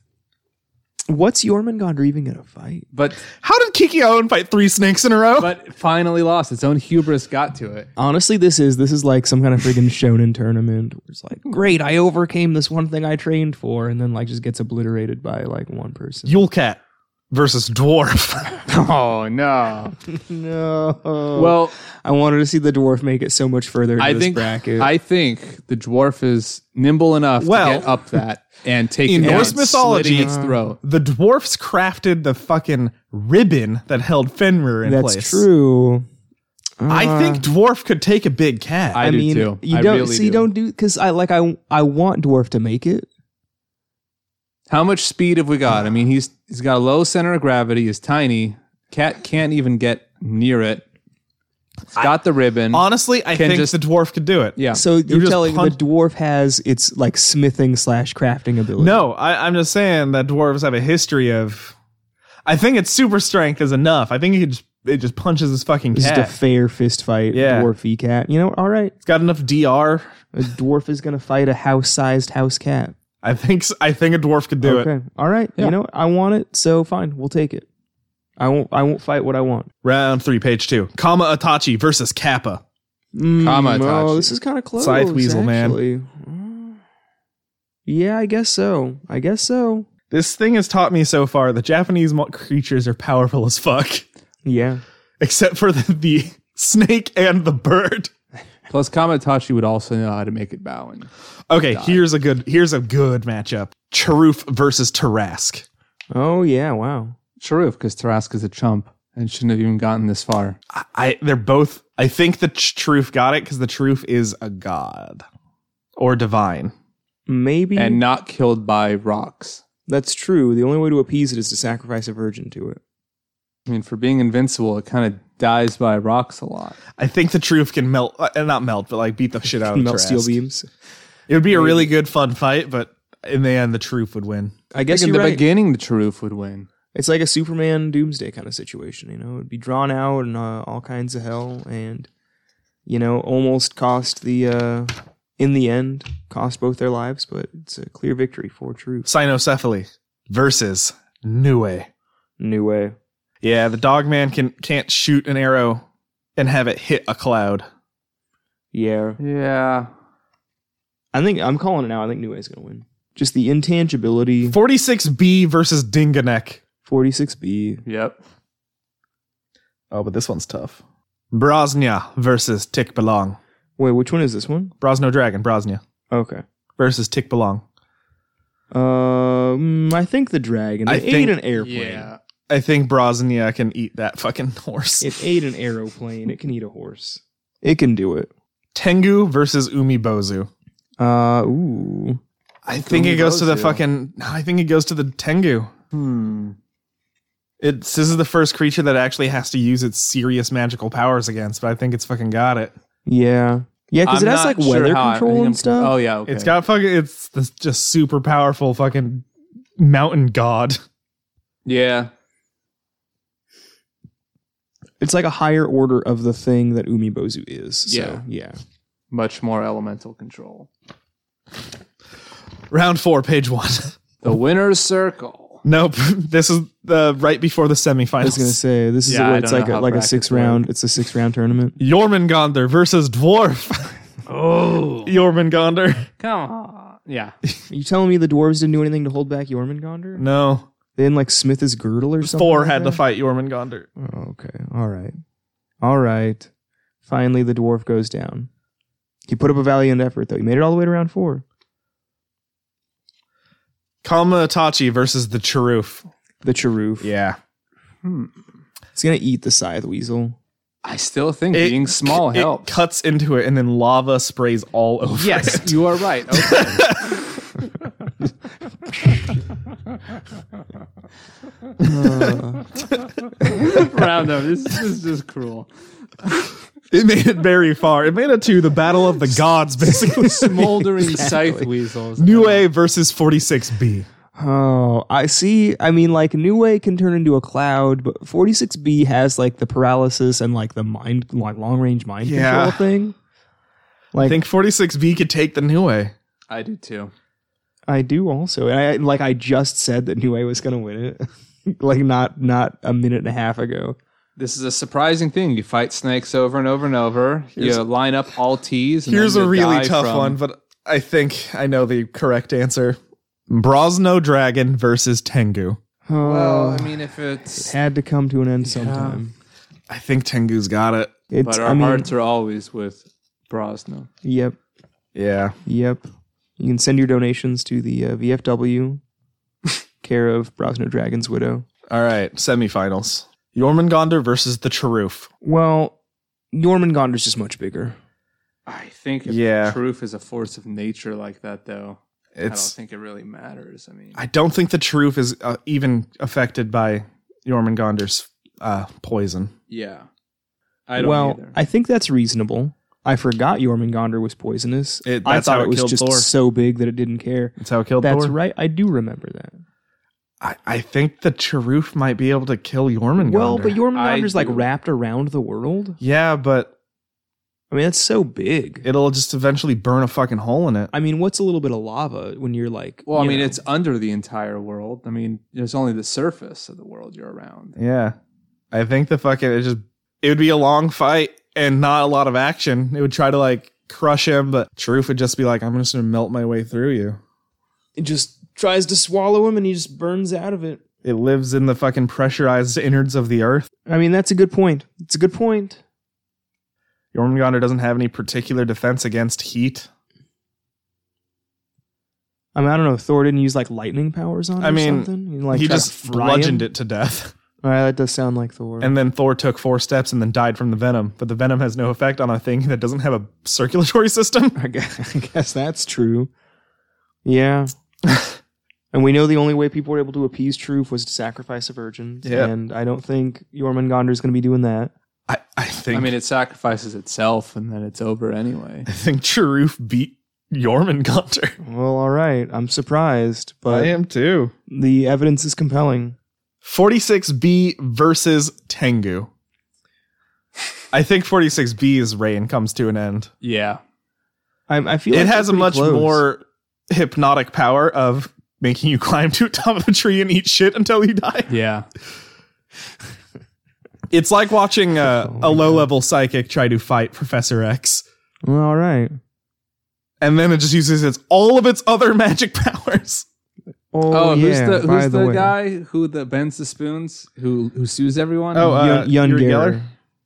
Speaker 2: What's Jormungandr even gonna fight?
Speaker 3: But
Speaker 1: How did Kiki Aon fight three snakes in a row?
Speaker 3: but finally lost. Its own hubris got to it.
Speaker 2: Honestly, this is this is like some kind of freaking shonen tournament. Where it's like, great, I overcame this one thing I trained for, and then like just gets obliterated by like one person.
Speaker 1: Yulecat versus Dwarf.
Speaker 3: Oh no!
Speaker 2: no. Well,
Speaker 3: Well,
Speaker 2: I wanted to see the dwarf make it so much further. Into
Speaker 3: I
Speaker 2: this
Speaker 3: think
Speaker 2: bracket.
Speaker 3: I think the dwarf is nimble enough
Speaker 1: Well,
Speaker 3: to get up that and take
Speaker 1: in
Speaker 3: it
Speaker 1: Norse
Speaker 3: down,
Speaker 1: mythology-
Speaker 3: slitting its throat.
Speaker 1: the dwarfs crafted the fucking ribbon that held Fenrir in
Speaker 2: that's
Speaker 1: place.
Speaker 2: true.
Speaker 1: I think dwarf could take a big cat.
Speaker 3: I,
Speaker 2: I,
Speaker 3: do
Speaker 2: mean,
Speaker 3: too.
Speaker 2: you
Speaker 3: I
Speaker 2: don't
Speaker 3: really
Speaker 2: see,
Speaker 3: do.
Speaker 2: don't do because I like I I want dwarf to make it.
Speaker 3: How much speed have we got? I mean, he's he's got a low center of gravity. He's tiny. Cat can't even get near it. It's got the ribbon.
Speaker 1: Honestly, I
Speaker 3: Can
Speaker 1: think
Speaker 3: just-
Speaker 1: the dwarf could do it.
Speaker 3: yeah.
Speaker 2: So you're,
Speaker 1: just
Speaker 2: telling
Speaker 1: punch-
Speaker 2: the dwarf has its like smithing slash crafting ability.
Speaker 1: No, I, I'm just saying that dwarves have a history of. I think its super strength is enough. I think it just, it just punches his fucking
Speaker 2: It's just
Speaker 1: cat.
Speaker 2: a fair fist fight.
Speaker 1: Yeah.
Speaker 2: Dwarf v cat. You know, all right.
Speaker 1: it's got enough dr.
Speaker 2: A dwarf is gonna fight a house sized house cat.
Speaker 1: I think s- I think a dwarf could do it.
Speaker 2: okay. All right. You know, I want it, so fine, we'll take it. I won't I won't fight what I want.
Speaker 1: Round three, page two. Kama Itachi versus Kappa.
Speaker 2: Mm,
Speaker 3: Kama
Speaker 2: oh,
Speaker 3: Itachi.
Speaker 2: this is kind of close.
Speaker 1: Scythe weasel, man.
Speaker 2: actually. Yeah, I guess so. I guess so.
Speaker 1: This thing has taught me so far that Japanese mo- creatures are powerful as fuck,
Speaker 2: Yeah.
Speaker 1: except for the, the snake and the bird.
Speaker 3: Plus, Kamatachi would also know how to make it bowing.
Speaker 1: Okay, here's a good here's a good matchup. Charoof versus Tarask.
Speaker 2: Oh yeah. Wow.
Speaker 3: Sharuf, because Tarask is a chump and shouldn't have even gotten this far.
Speaker 1: I, I they're both I think the Ch- Charoof got it cuz the Charoof is a god or divine.
Speaker 2: Maybe
Speaker 3: And not killed by rocks.
Speaker 2: that's true. The only way to appease it is to sacrifice a virgin to it.
Speaker 3: I mean, for being invincible, it kind of dies by rocks a lot.
Speaker 1: I think the Charoof can melt uh, not melt but like beat the shit out of
Speaker 2: Melt
Speaker 1: Tarask.
Speaker 2: steel beams.
Speaker 1: It would be a really good fun fight, but in the end the Charoof would win.
Speaker 2: I
Speaker 3: I
Speaker 2: guess
Speaker 3: think in
Speaker 2: you're
Speaker 3: the
Speaker 2: right.
Speaker 3: beginning, the Charoof would win.
Speaker 2: It's like a Superman Doomsday kind of situation. You know, it'd be drawn out and uh, all kinds of hell, and you know, almost cost the. uh in the end, cost both their lives, but it's a clear victory for truth.
Speaker 1: Cynocephaly versus Nue.
Speaker 2: New way.
Speaker 1: Yeah, the dog man can can't shoot an arrow and have it hit a cloud.
Speaker 2: Yeah.
Speaker 3: Yeah.
Speaker 2: I think I'm calling it now. I think New Way's going to win. Just the intangibility.
Speaker 1: 46B versus Dinganek.
Speaker 2: 46B.
Speaker 3: Yep.
Speaker 1: Oh, but this one's tough. Brosnia versus Tick Belong.
Speaker 2: Wait, which one is this one?
Speaker 1: Brosno Dragon, Brosnia
Speaker 2: Okay.
Speaker 1: versus Tick Belong.
Speaker 2: Um, I think the dragon. It
Speaker 1: I
Speaker 2: ate
Speaker 1: think-
Speaker 2: an airplane.
Speaker 3: Yeah.
Speaker 1: I think Brosnia can eat that fucking horse.
Speaker 2: It ate an aeroplane. It can eat a horse. It can do it.
Speaker 1: Tengu versus Umibozu.
Speaker 2: Uh, ooh.
Speaker 1: I think it goes to the
Speaker 3: Umibozu.
Speaker 1: fucking. No, I think it goes to the Tengu.
Speaker 3: Hmm.
Speaker 1: It's this is the first creature that actually has to use its serious magical powers against, but I think it's fucking got it.
Speaker 2: Yeah. Yeah, because it
Speaker 3: I'm
Speaker 2: has
Speaker 3: not
Speaker 2: like
Speaker 3: sure
Speaker 2: weather
Speaker 3: how I- I
Speaker 2: control
Speaker 3: think
Speaker 2: and
Speaker 3: I'm-
Speaker 2: stuff.
Speaker 3: Oh, yeah. Okay.
Speaker 1: It's got fucking. It's this just super powerful fucking mountain god.
Speaker 3: Yeah.
Speaker 2: It's like a higher order of the thing that Umibozu is. So, yeah.
Speaker 3: Yeah. Much more elemental control.
Speaker 1: Round four, page one.
Speaker 3: The winner's circle.
Speaker 1: Nope. This is the right before the semifinals.
Speaker 2: I was gonna say this is
Speaker 3: Yeah,
Speaker 2: what
Speaker 3: I
Speaker 2: it's
Speaker 3: don't
Speaker 2: like
Speaker 3: know
Speaker 2: a,
Speaker 3: how
Speaker 2: like a
Speaker 3: brackets
Speaker 2: six round. It's a six round tournament.
Speaker 1: Jormungandr versus Dwarf.
Speaker 3: Oh.
Speaker 1: Jormungandr.
Speaker 3: Come
Speaker 2: Oh.
Speaker 3: on. Yeah.
Speaker 2: Are you telling me the dwarves didn't do anything to hold back Jormungandr?
Speaker 1: No.
Speaker 2: They didn't like smith his girdle or something.
Speaker 1: Thor
Speaker 2: like
Speaker 1: had
Speaker 2: that?
Speaker 1: to fight Jormungandr.
Speaker 2: Oh, okay. All right. All right. Finally, the dwarf goes down. He put up a valiant effort, though. He made it all the way to round four.
Speaker 1: Kamatachi versus the Charoof.
Speaker 2: The Charoof.
Speaker 1: Yeah.
Speaker 2: It's going to eat the Scythe Weasel.
Speaker 3: I still think
Speaker 1: It-
Speaker 3: being small
Speaker 1: it
Speaker 3: helps.
Speaker 1: cuts into it and then lava sprays all over
Speaker 3: yes,
Speaker 1: it.
Speaker 3: you are right. Okay. Round up. This, this is just cruel.
Speaker 1: It made it very far. It made it to the Battle of the Gods, basically.
Speaker 3: Smoldering scythe weasels.
Speaker 1: Nue versus 46B.
Speaker 2: Oh, I see. I mean, like, New Way can turn into a cloud, but 46B has, like, the paralysis and, like, the mind, like, long range mind
Speaker 1: Yeah.
Speaker 2: control thing.
Speaker 1: I
Speaker 2: Like,
Speaker 1: think 46B could take the Nue.
Speaker 3: I do too.
Speaker 2: I do also, and I like I just said that New Way was going to win it, like not not a minute and a half ago.
Speaker 3: This is a surprising thing. You fight snakes over and over and over. you line up all T's. And
Speaker 1: Here's
Speaker 3: then
Speaker 1: a
Speaker 3: you
Speaker 1: really
Speaker 3: die
Speaker 1: tough
Speaker 3: from-
Speaker 1: one, but I think I know the correct answer. Brosno Dragon versus Tengu.
Speaker 2: Oh,
Speaker 3: Well, I mean, if it's.
Speaker 2: had to come to an end sometime.
Speaker 1: I think Tengu's got it.
Speaker 2: It's
Speaker 3: But our
Speaker 2: I mean,
Speaker 3: hearts are always with Brosnan.
Speaker 2: yep,
Speaker 1: Yeah.
Speaker 2: yep. You can send your donations to the uh, VFW, care of Brosno Dragon's widow.
Speaker 1: All right, semifinals. Jormungandr versus the Charoof.
Speaker 2: Well, Jormungandr's just much bigger.
Speaker 3: I think if
Speaker 1: Yeah.
Speaker 3: truth is a force of nature like that, though, I don't
Speaker 1: It's
Speaker 3: think it really matters. I mean,
Speaker 1: I don't think the Charoof is uh, even affected by Jormungandr's uh, poison.
Speaker 3: yeah. I don't
Speaker 2: well,
Speaker 3: either.
Speaker 2: I think that's reasonable. I forgot Jormungandr was poisonous.
Speaker 1: It-
Speaker 2: I
Speaker 1: that's
Speaker 2: thought
Speaker 1: how
Speaker 2: it
Speaker 1: it
Speaker 2: was
Speaker 1: killed
Speaker 2: just
Speaker 1: Thor.
Speaker 2: so big that it didn't care.
Speaker 1: That's how it killed
Speaker 2: That's
Speaker 1: Thor.
Speaker 2: right. I do remember that.
Speaker 1: I, I think the Charoof might be able to kill Jormungandr.
Speaker 2: Well, but Jormungandr's
Speaker 3: I
Speaker 2: like
Speaker 3: do.
Speaker 2: wrapped around the world.
Speaker 1: yeah, but
Speaker 2: I mean, that's so big.
Speaker 1: it'll just eventually burn a fucking hole in it.
Speaker 2: I mean, what's a little bit of lava when you're like?
Speaker 3: well, I
Speaker 2: you
Speaker 3: mean,
Speaker 2: know-
Speaker 3: it's under the entire world. I mean, there's only the surface of the world you're around.
Speaker 1: Yeah, I think the fucking it just it would be a long fight and not a lot of action. It would try to like crush him, but Charoof would just be like, "I'm just gonna melt my way through you."
Speaker 2: It just tries to swallow him and he just burns out of it.
Speaker 1: It lives in the fucking pressurized innards of the earth.
Speaker 2: I mean, that's a good point. It's a good point.
Speaker 1: Jormungandr doesn't have any particular defense against heat.
Speaker 2: I mean, I don't know. Thor didn't use like lightning powers on it
Speaker 1: I
Speaker 2: or
Speaker 1: mean,
Speaker 2: something. He, like,
Speaker 1: he
Speaker 2: tried to
Speaker 1: just
Speaker 2: fry
Speaker 1: bludgeoned
Speaker 2: him?
Speaker 1: it to death.
Speaker 2: All right, that does sound like Thor.
Speaker 1: And then Thor took four steps and then died from the venom. But the venom has no effect on a thing that doesn't have a circulatory system.
Speaker 2: I guess, I guess that's true. Yeah. and we know the only way people were able to appease truth was to sacrifice a virgin.
Speaker 1: Yeah.
Speaker 2: And I don't think Jormungandr is going to be doing that.
Speaker 1: I, I think
Speaker 3: I
Speaker 1: I,
Speaker 3: mean, it sacrifices itself and then it's over anyway.
Speaker 1: think Charoof beat Jormungandr.
Speaker 2: Well, all right. I'm surprised, but
Speaker 1: am too.
Speaker 2: the evidence is compelling.
Speaker 1: 46B versus Tengu. I think 46B's reign comes to an end.
Speaker 3: Yeah.
Speaker 2: I, I feel
Speaker 1: It
Speaker 2: like
Speaker 1: has a
Speaker 2: they're pretty
Speaker 1: much
Speaker 2: close.
Speaker 1: more hypnotic power of making you climb to the top of a tree and eat shit until you die.
Speaker 3: Yeah.
Speaker 1: It's like watching uh, a,
Speaker 2: Oh my
Speaker 1: a
Speaker 2: God.
Speaker 1: low level psychic try to fight Professor X.
Speaker 2: Well, all right.
Speaker 1: and then it just uses its all of its other magic powers.
Speaker 2: Oh,
Speaker 3: Oh,
Speaker 2: yeah,
Speaker 3: who's the
Speaker 2: by
Speaker 3: who's the,
Speaker 2: way.
Speaker 3: guy who the bends the spoons who who sues everyone?
Speaker 1: Uh,
Speaker 2: Yun- Yun Geller.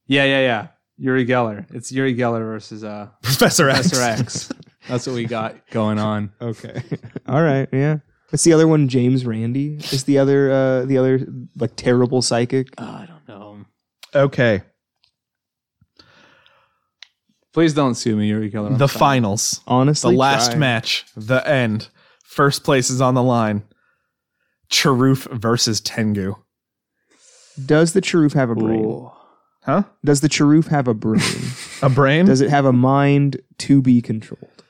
Speaker 3: yeah, yeah, yeah. Yuri Geller. It's Yuri Geller versus uh
Speaker 1: Professor X.
Speaker 3: Professor X. That's what we got going on.
Speaker 2: Okay. All right. Yeah. It's the other one, James Randy. It's the other, uh, the other like terrible psychic.
Speaker 3: Uh, I don't know.
Speaker 1: Okay,
Speaker 3: Please don't sue me, Yuri Geller. I'm
Speaker 1: the
Speaker 3: sorry.
Speaker 1: finals, the
Speaker 2: Honestly,
Speaker 1: last
Speaker 2: try.
Speaker 1: match, the end. First place is on the line. Charoof versus Tengu.
Speaker 2: Does the Charoof have a brain?
Speaker 3: Ooh.
Speaker 1: Huh?
Speaker 2: Does the Charoof have a brain?
Speaker 1: A brain?
Speaker 2: Does it have a mind to be controlled?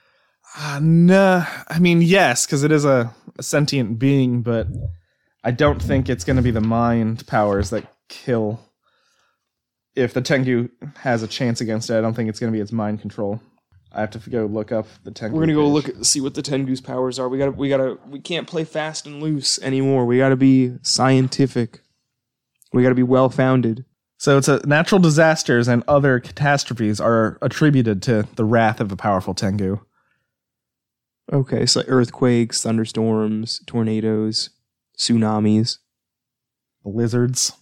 Speaker 1: uh, nah. I mean, yes, because it is a, a sentient being, but I don't think it's going to be the mind powers that kill. If the Tengu has a chance against it, I don't think it's going to be its mind control. I have to go look up the Tengu.
Speaker 2: We're gonna go
Speaker 1: page.
Speaker 2: look at, see what the Tengu's powers are. We gotta, we gotta, we can't play fast and loose anymore. We gotta be scientific. We gotta be well founded.
Speaker 1: So it's a natural disasters and other catastrophes are attributed to the wrath of a powerful Tengu.
Speaker 2: Okay, so earthquakes, thunderstorms, tornadoes, tsunamis,
Speaker 1: Blizzards,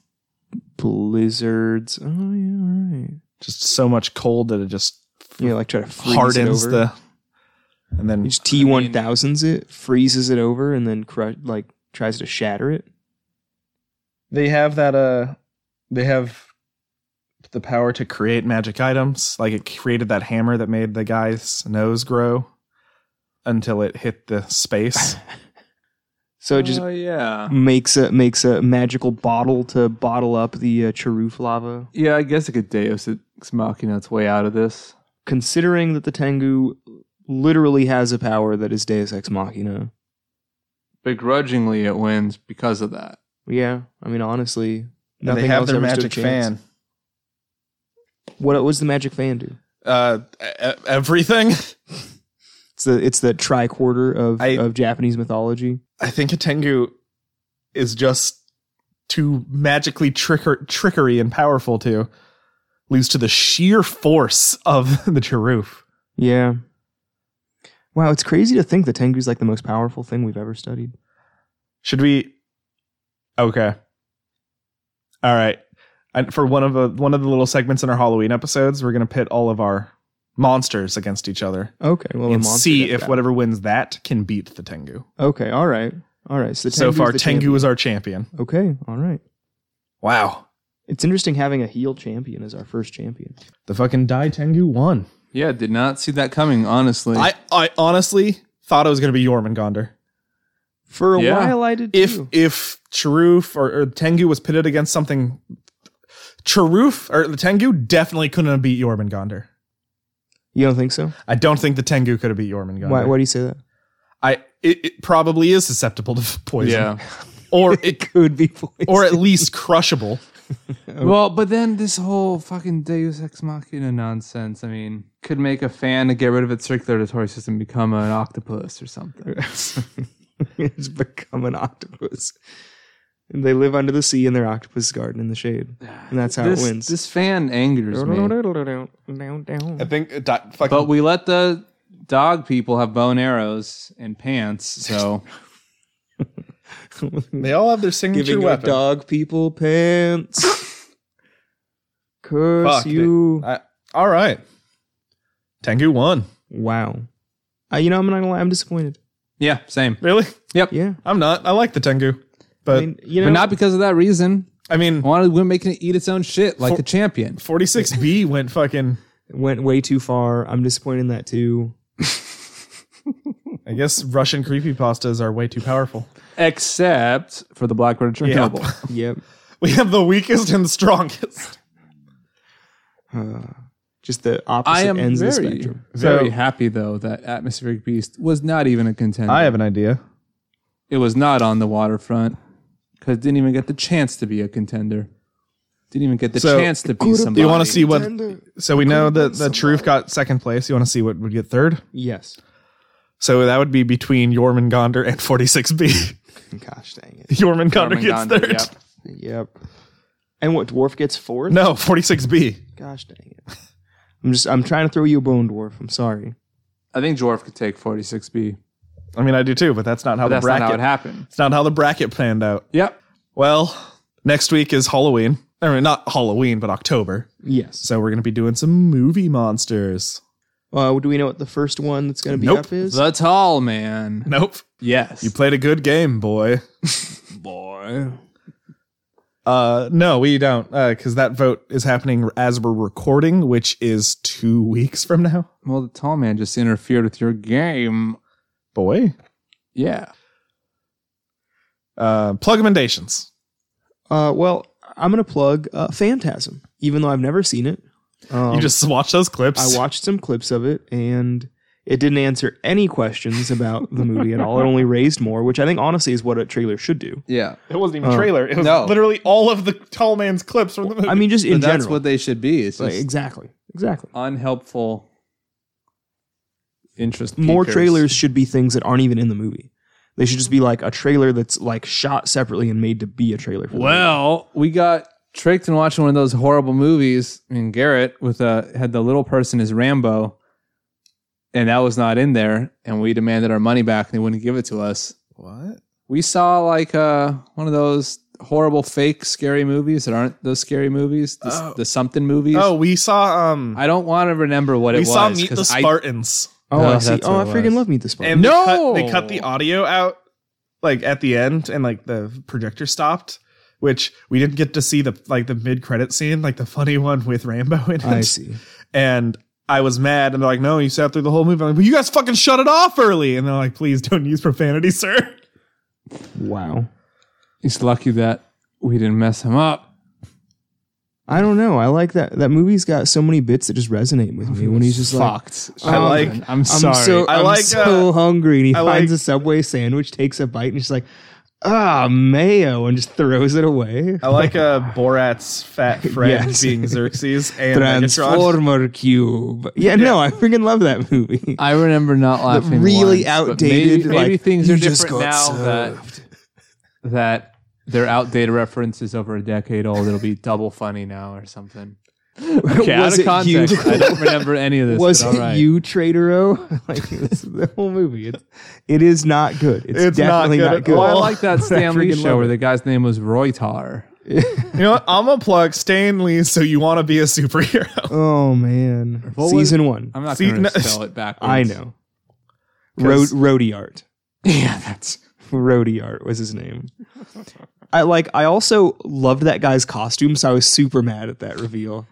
Speaker 2: blizzards. Oh yeah, all right.
Speaker 1: just so much cold that it just
Speaker 2: Yeah, like try to freeze
Speaker 1: hardens
Speaker 2: it over.
Speaker 1: the, and then
Speaker 2: You just T one thousands it, freezes it over, and then crush like tries to shatter it.
Speaker 1: they have that uh, they have the power to create magic items. Like it created that hammer that made the guy's nose grow until it hit the space.
Speaker 2: So it just
Speaker 3: Oh yeah.
Speaker 2: makes a makes a magical bottle to bottle up the uh, charoof lava.
Speaker 3: Yeah, I guess it could Deus Ex Machina its way out of this.
Speaker 2: Considering that the Tengu literally has a power that is Deus Ex Machina,
Speaker 3: Begrudgingly, it wins because of that.
Speaker 2: yeah, I mean honestly,
Speaker 1: and
Speaker 2: nothing
Speaker 1: they have
Speaker 2: else
Speaker 1: their
Speaker 2: ever stood a
Speaker 1: magic
Speaker 2: chance.
Speaker 1: fan.
Speaker 2: What what does the magic fan do?
Speaker 1: Uh, e- e- everything.
Speaker 2: It's the it's the tricorder of
Speaker 1: I-
Speaker 2: of Japanese mythology.
Speaker 1: I think a Tengu is just too magically tricker, trickery and powerful to lose to the sheer force of the Charoof.
Speaker 2: Yeah. Wow, it's crazy to think the Tengu's like the most powerful thing we've ever studied.
Speaker 1: Should we? Okay. All right. And for one of the one of the little segments in our Halloween episodes, we're gonna pit all of our monsters against each other
Speaker 2: Okay, well,
Speaker 1: and
Speaker 2: the monster
Speaker 1: see
Speaker 2: death
Speaker 1: if
Speaker 2: battle.
Speaker 1: whatever wins that can beat the Tengu.
Speaker 2: Okay, all right, all right. So, the
Speaker 1: so
Speaker 2: Tengu's
Speaker 1: far,
Speaker 2: the
Speaker 1: Tengu
Speaker 2: champion.
Speaker 1: is our champion.
Speaker 2: okay. All right.
Speaker 1: Wow,
Speaker 2: It's interesting having a heel champion as our first champion.
Speaker 1: the fucking Dai Tengu won.
Speaker 3: Yeah, did not see that coming. Honestly,
Speaker 1: I, I honestly thought it was gonna be Jormungandr.
Speaker 2: For a
Speaker 3: Yeah.
Speaker 2: while, I did
Speaker 1: if
Speaker 2: too.
Speaker 1: if Charoof or, or Tengu was pitted against something, Charoof or the Tengu definitely couldn't have beat Jormungandr.
Speaker 2: You don't think so?
Speaker 1: I don't think the Tengu could have beat Jormungandr.
Speaker 2: Why, why do you say that?
Speaker 1: I it, it probably is susceptible to poison,
Speaker 3: yeah.
Speaker 1: or it,
Speaker 2: Could be poison.
Speaker 1: or at least crushable.
Speaker 3: Well, but then this whole fucking Deus Ex Machina nonsense. I mean, could make a fan to get rid of its circulatory system, and become an octopus or something.
Speaker 2: it's become an octopus. And they live under the sea in their octopus garden in the shade. And that's how
Speaker 3: this,
Speaker 2: it wins.
Speaker 3: This fan angers me.
Speaker 1: I think uh, that fucking
Speaker 3: But we let the dog people have bone arrows and pants, so
Speaker 1: They all have their signature
Speaker 2: Giving your
Speaker 1: weapon.
Speaker 2: dog people pants. Curse
Speaker 1: Fuck, dude.
Speaker 2: you.
Speaker 1: I, all right. Tengu won.
Speaker 2: Wow. Uh, you know, I'm not gonna lie, I'm disappointed.
Speaker 3: yeah, same.
Speaker 1: Really?
Speaker 2: Yeah.
Speaker 1: I'm not. I like the Tengu. But
Speaker 2: I mean, you know,
Speaker 3: But not because of that reason.
Speaker 1: I mean
Speaker 3: I wanted women making it eat its own shit like
Speaker 1: For-
Speaker 3: a champion.
Speaker 1: 46B went fucking
Speaker 2: went way too far. I'm disappointed in that too.
Speaker 1: I guess Russian creepypastas are way too powerful.
Speaker 3: Except for the Black Runner
Speaker 1: Yeah.
Speaker 3: Chernobyl.
Speaker 2: Yep.
Speaker 1: We have the weakest and strongest.
Speaker 2: Uh, just the opposite
Speaker 3: I am
Speaker 2: ends of the
Speaker 3: very,
Speaker 2: spectrum.
Speaker 3: very
Speaker 1: So-
Speaker 3: happy though that Atmospheric Beast was not even a contender.
Speaker 1: I have an idea.
Speaker 3: it was not on the waterfront because didn't even get the chance to be a contender. Didn't even get the
Speaker 1: So,
Speaker 3: chance to be somebody.
Speaker 1: Do you want to see what So we know that the truth got second place. You want to see what would get third?
Speaker 2: Yes.
Speaker 1: So that would be between Jormungandr and 46B.
Speaker 2: Gosh dang it.
Speaker 1: Jormungandr gets
Speaker 3: Jormungandr,
Speaker 1: third.
Speaker 3: yep.
Speaker 2: Yep. And what dwarf gets fourth?
Speaker 1: No, 46B.
Speaker 2: Gosh dang it. I'm just I'm trying to throw you a bone dwarf. I'm sorry.
Speaker 3: I think Dwarf could take 46B.
Speaker 1: I mean, I do too, but that's not how
Speaker 3: But that's
Speaker 1: the bracket.
Speaker 3: not how it happened.
Speaker 1: it's not how the bracket planned out.
Speaker 3: Yep.
Speaker 1: Well, next week is Halloween. I mean, not Halloween, but October.
Speaker 2: Yes.
Speaker 1: So we're going to be doing some movie monsters.
Speaker 2: Uh, do we know what the first one that's going to be
Speaker 1: Nope.
Speaker 2: up is?
Speaker 3: The tall man.
Speaker 1: Nope.
Speaker 3: Yes.
Speaker 1: You played a good game, boy.
Speaker 3: boy.
Speaker 1: Uh, no, we don't, because that vote is happening as we're recording, which is two weeks from now.
Speaker 3: Well, the tall man just interfered with your game.
Speaker 1: Boy,
Speaker 3: Yeah.
Speaker 1: uh, plug emendations.
Speaker 2: Uh, well, I'm going to plug uh, Phantasm, even though I've never seen it. Um,
Speaker 1: you just watch those clips.
Speaker 2: I watched some clips of it and it didn't answer any questions about the movie at all. It only raised more, which I think honestly is what a trailer should do.
Speaker 3: Yeah.
Speaker 1: It wasn't even
Speaker 2: Uh,
Speaker 1: trailer. It was
Speaker 3: no.
Speaker 1: literally all of the tall man's clips from the movie.
Speaker 2: I mean, just in
Speaker 3: But that's
Speaker 2: general.
Speaker 3: what they should be. It's
Speaker 2: Like,
Speaker 3: just
Speaker 2: exactly. Exactly.
Speaker 3: unhelpful interest.
Speaker 2: More
Speaker 3: piquers.
Speaker 2: trailers should be things that aren't even in the movie. They should just be like a trailer that's like shot separately and made to be a trailer. For the
Speaker 3: Well, we got tricked in watching one of those horrible movies. I mean, Garrett with uh had the little person as Rambo, and that was not in there. And we demanded our money back, and they wouldn't give it to us.
Speaker 1: what?
Speaker 3: We saw like uh one of those horrible fake scary movies that aren't those scary movies, the,
Speaker 1: Oh.
Speaker 3: the something movies.
Speaker 1: Oh, we saw. Um,
Speaker 3: I don't want to remember what
Speaker 1: we
Speaker 3: it
Speaker 1: saw
Speaker 3: was.
Speaker 1: Meet the
Speaker 3: 'cause I-
Speaker 1: Spartans,
Speaker 2: movie. Oh,
Speaker 3: Oh,
Speaker 2: I see.
Speaker 3: that's
Speaker 2: Oh, I
Speaker 3: what it
Speaker 2: freaking
Speaker 3: was.
Speaker 2: love Meet the Spartans.
Speaker 1: and
Speaker 3: No!
Speaker 1: they, cut, they cut the audio out, like at the end, and like the projector stopped. Which we didn't get to see the like the mid credit scene, like the funny one with Rambo in it.
Speaker 2: I see.
Speaker 1: and I was mad, and they're like, "No, you sat through the whole movie." I'm like, "Well, you guys fucking shut it off early," and they're like, "Please don't use profanity, sir."
Speaker 2: Wow.
Speaker 3: He's lucky that we didn't mess him up.
Speaker 2: I don't know. I like that. That movie's got so many bits that just resonate with me when he's just like,
Speaker 3: fucked.
Speaker 1: I like-
Speaker 3: Sheldon, I'm
Speaker 2: I'm
Speaker 3: sorry.
Speaker 2: so,
Speaker 1: I
Speaker 2: I'm
Speaker 1: like, uh,
Speaker 2: so hungry. And he
Speaker 1: I
Speaker 2: finds
Speaker 1: like-
Speaker 2: a Subway sandwich, takes a bite, and he's like, ah, mayo, and just throws it away.
Speaker 1: I like uh, Borat's fat friend
Speaker 2: Yes.
Speaker 1: being Xerxes and Megatron.
Speaker 2: Transformer Cube. Yeah, no, I freaking love that movie.
Speaker 3: I remember not laughing.
Speaker 2: really
Speaker 3: once, but
Speaker 2: outdated,
Speaker 3: Maybe, maybe
Speaker 2: like,
Speaker 3: things
Speaker 2: you
Speaker 3: are
Speaker 2: just
Speaker 3: different
Speaker 2: got
Speaker 3: now that that their outdated references over a decade old. It'll be double funny now or something. Okay,
Speaker 2: was
Speaker 3: out of
Speaker 2: it you?
Speaker 3: context. I don't remember any of this.
Speaker 2: Was
Speaker 3: but all
Speaker 2: it
Speaker 3: right.
Speaker 2: you, Traitoro? like it's the whole movie. It's, it is not good. It's,
Speaker 1: It's not
Speaker 2: definitely
Speaker 1: good
Speaker 2: not
Speaker 1: at
Speaker 2: good.
Speaker 1: all.
Speaker 3: Well, I like that Stan Lee
Speaker 2: freaking
Speaker 3: show
Speaker 2: love
Speaker 3: where
Speaker 2: it.
Speaker 3: the guy's name was Roytar.
Speaker 1: You know what? I'm gonna plug Stan Lee. So you want to be a superhero?
Speaker 2: oh man,
Speaker 3: What was-
Speaker 2: season one.
Speaker 3: I'm not
Speaker 1: See,
Speaker 3: going
Speaker 1: no-
Speaker 3: to spell it backwards.
Speaker 2: I know.
Speaker 1: 'Cause-
Speaker 2: Road Roadie Art.
Speaker 3: Yeah, that's
Speaker 2: Roadie Art was his name. I like. I also loved that guy's costume, so I was super mad at that reveal.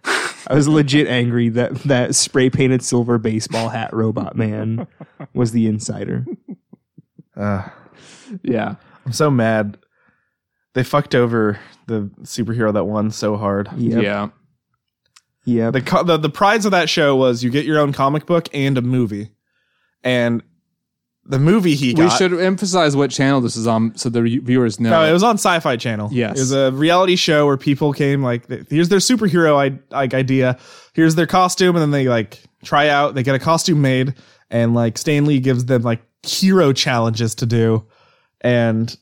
Speaker 2: I was legit angry that that spray painted silver baseball hat robot man was the insider.
Speaker 1: Uh,
Speaker 3: yeah.
Speaker 1: I'm so mad. They fucked over the superhero that won so hard.
Speaker 2: Yep.
Speaker 3: Yeah.
Speaker 2: Yep.
Speaker 1: The, co- the the prize of that show was you get your own comic book and a movie, and the movie he
Speaker 3: We
Speaker 1: got.
Speaker 3: should emphasize what channel this is on so the re- viewers know.
Speaker 1: No,
Speaker 2: Oh,
Speaker 1: it was on Sci-Fi Channel.
Speaker 3: Yes.
Speaker 1: it was a reality show where people came like, th- here's their superhero I- like idea, here's their costume, and then they like try out, they get a costume made, and like Stanley gives them like hero challenges to do, and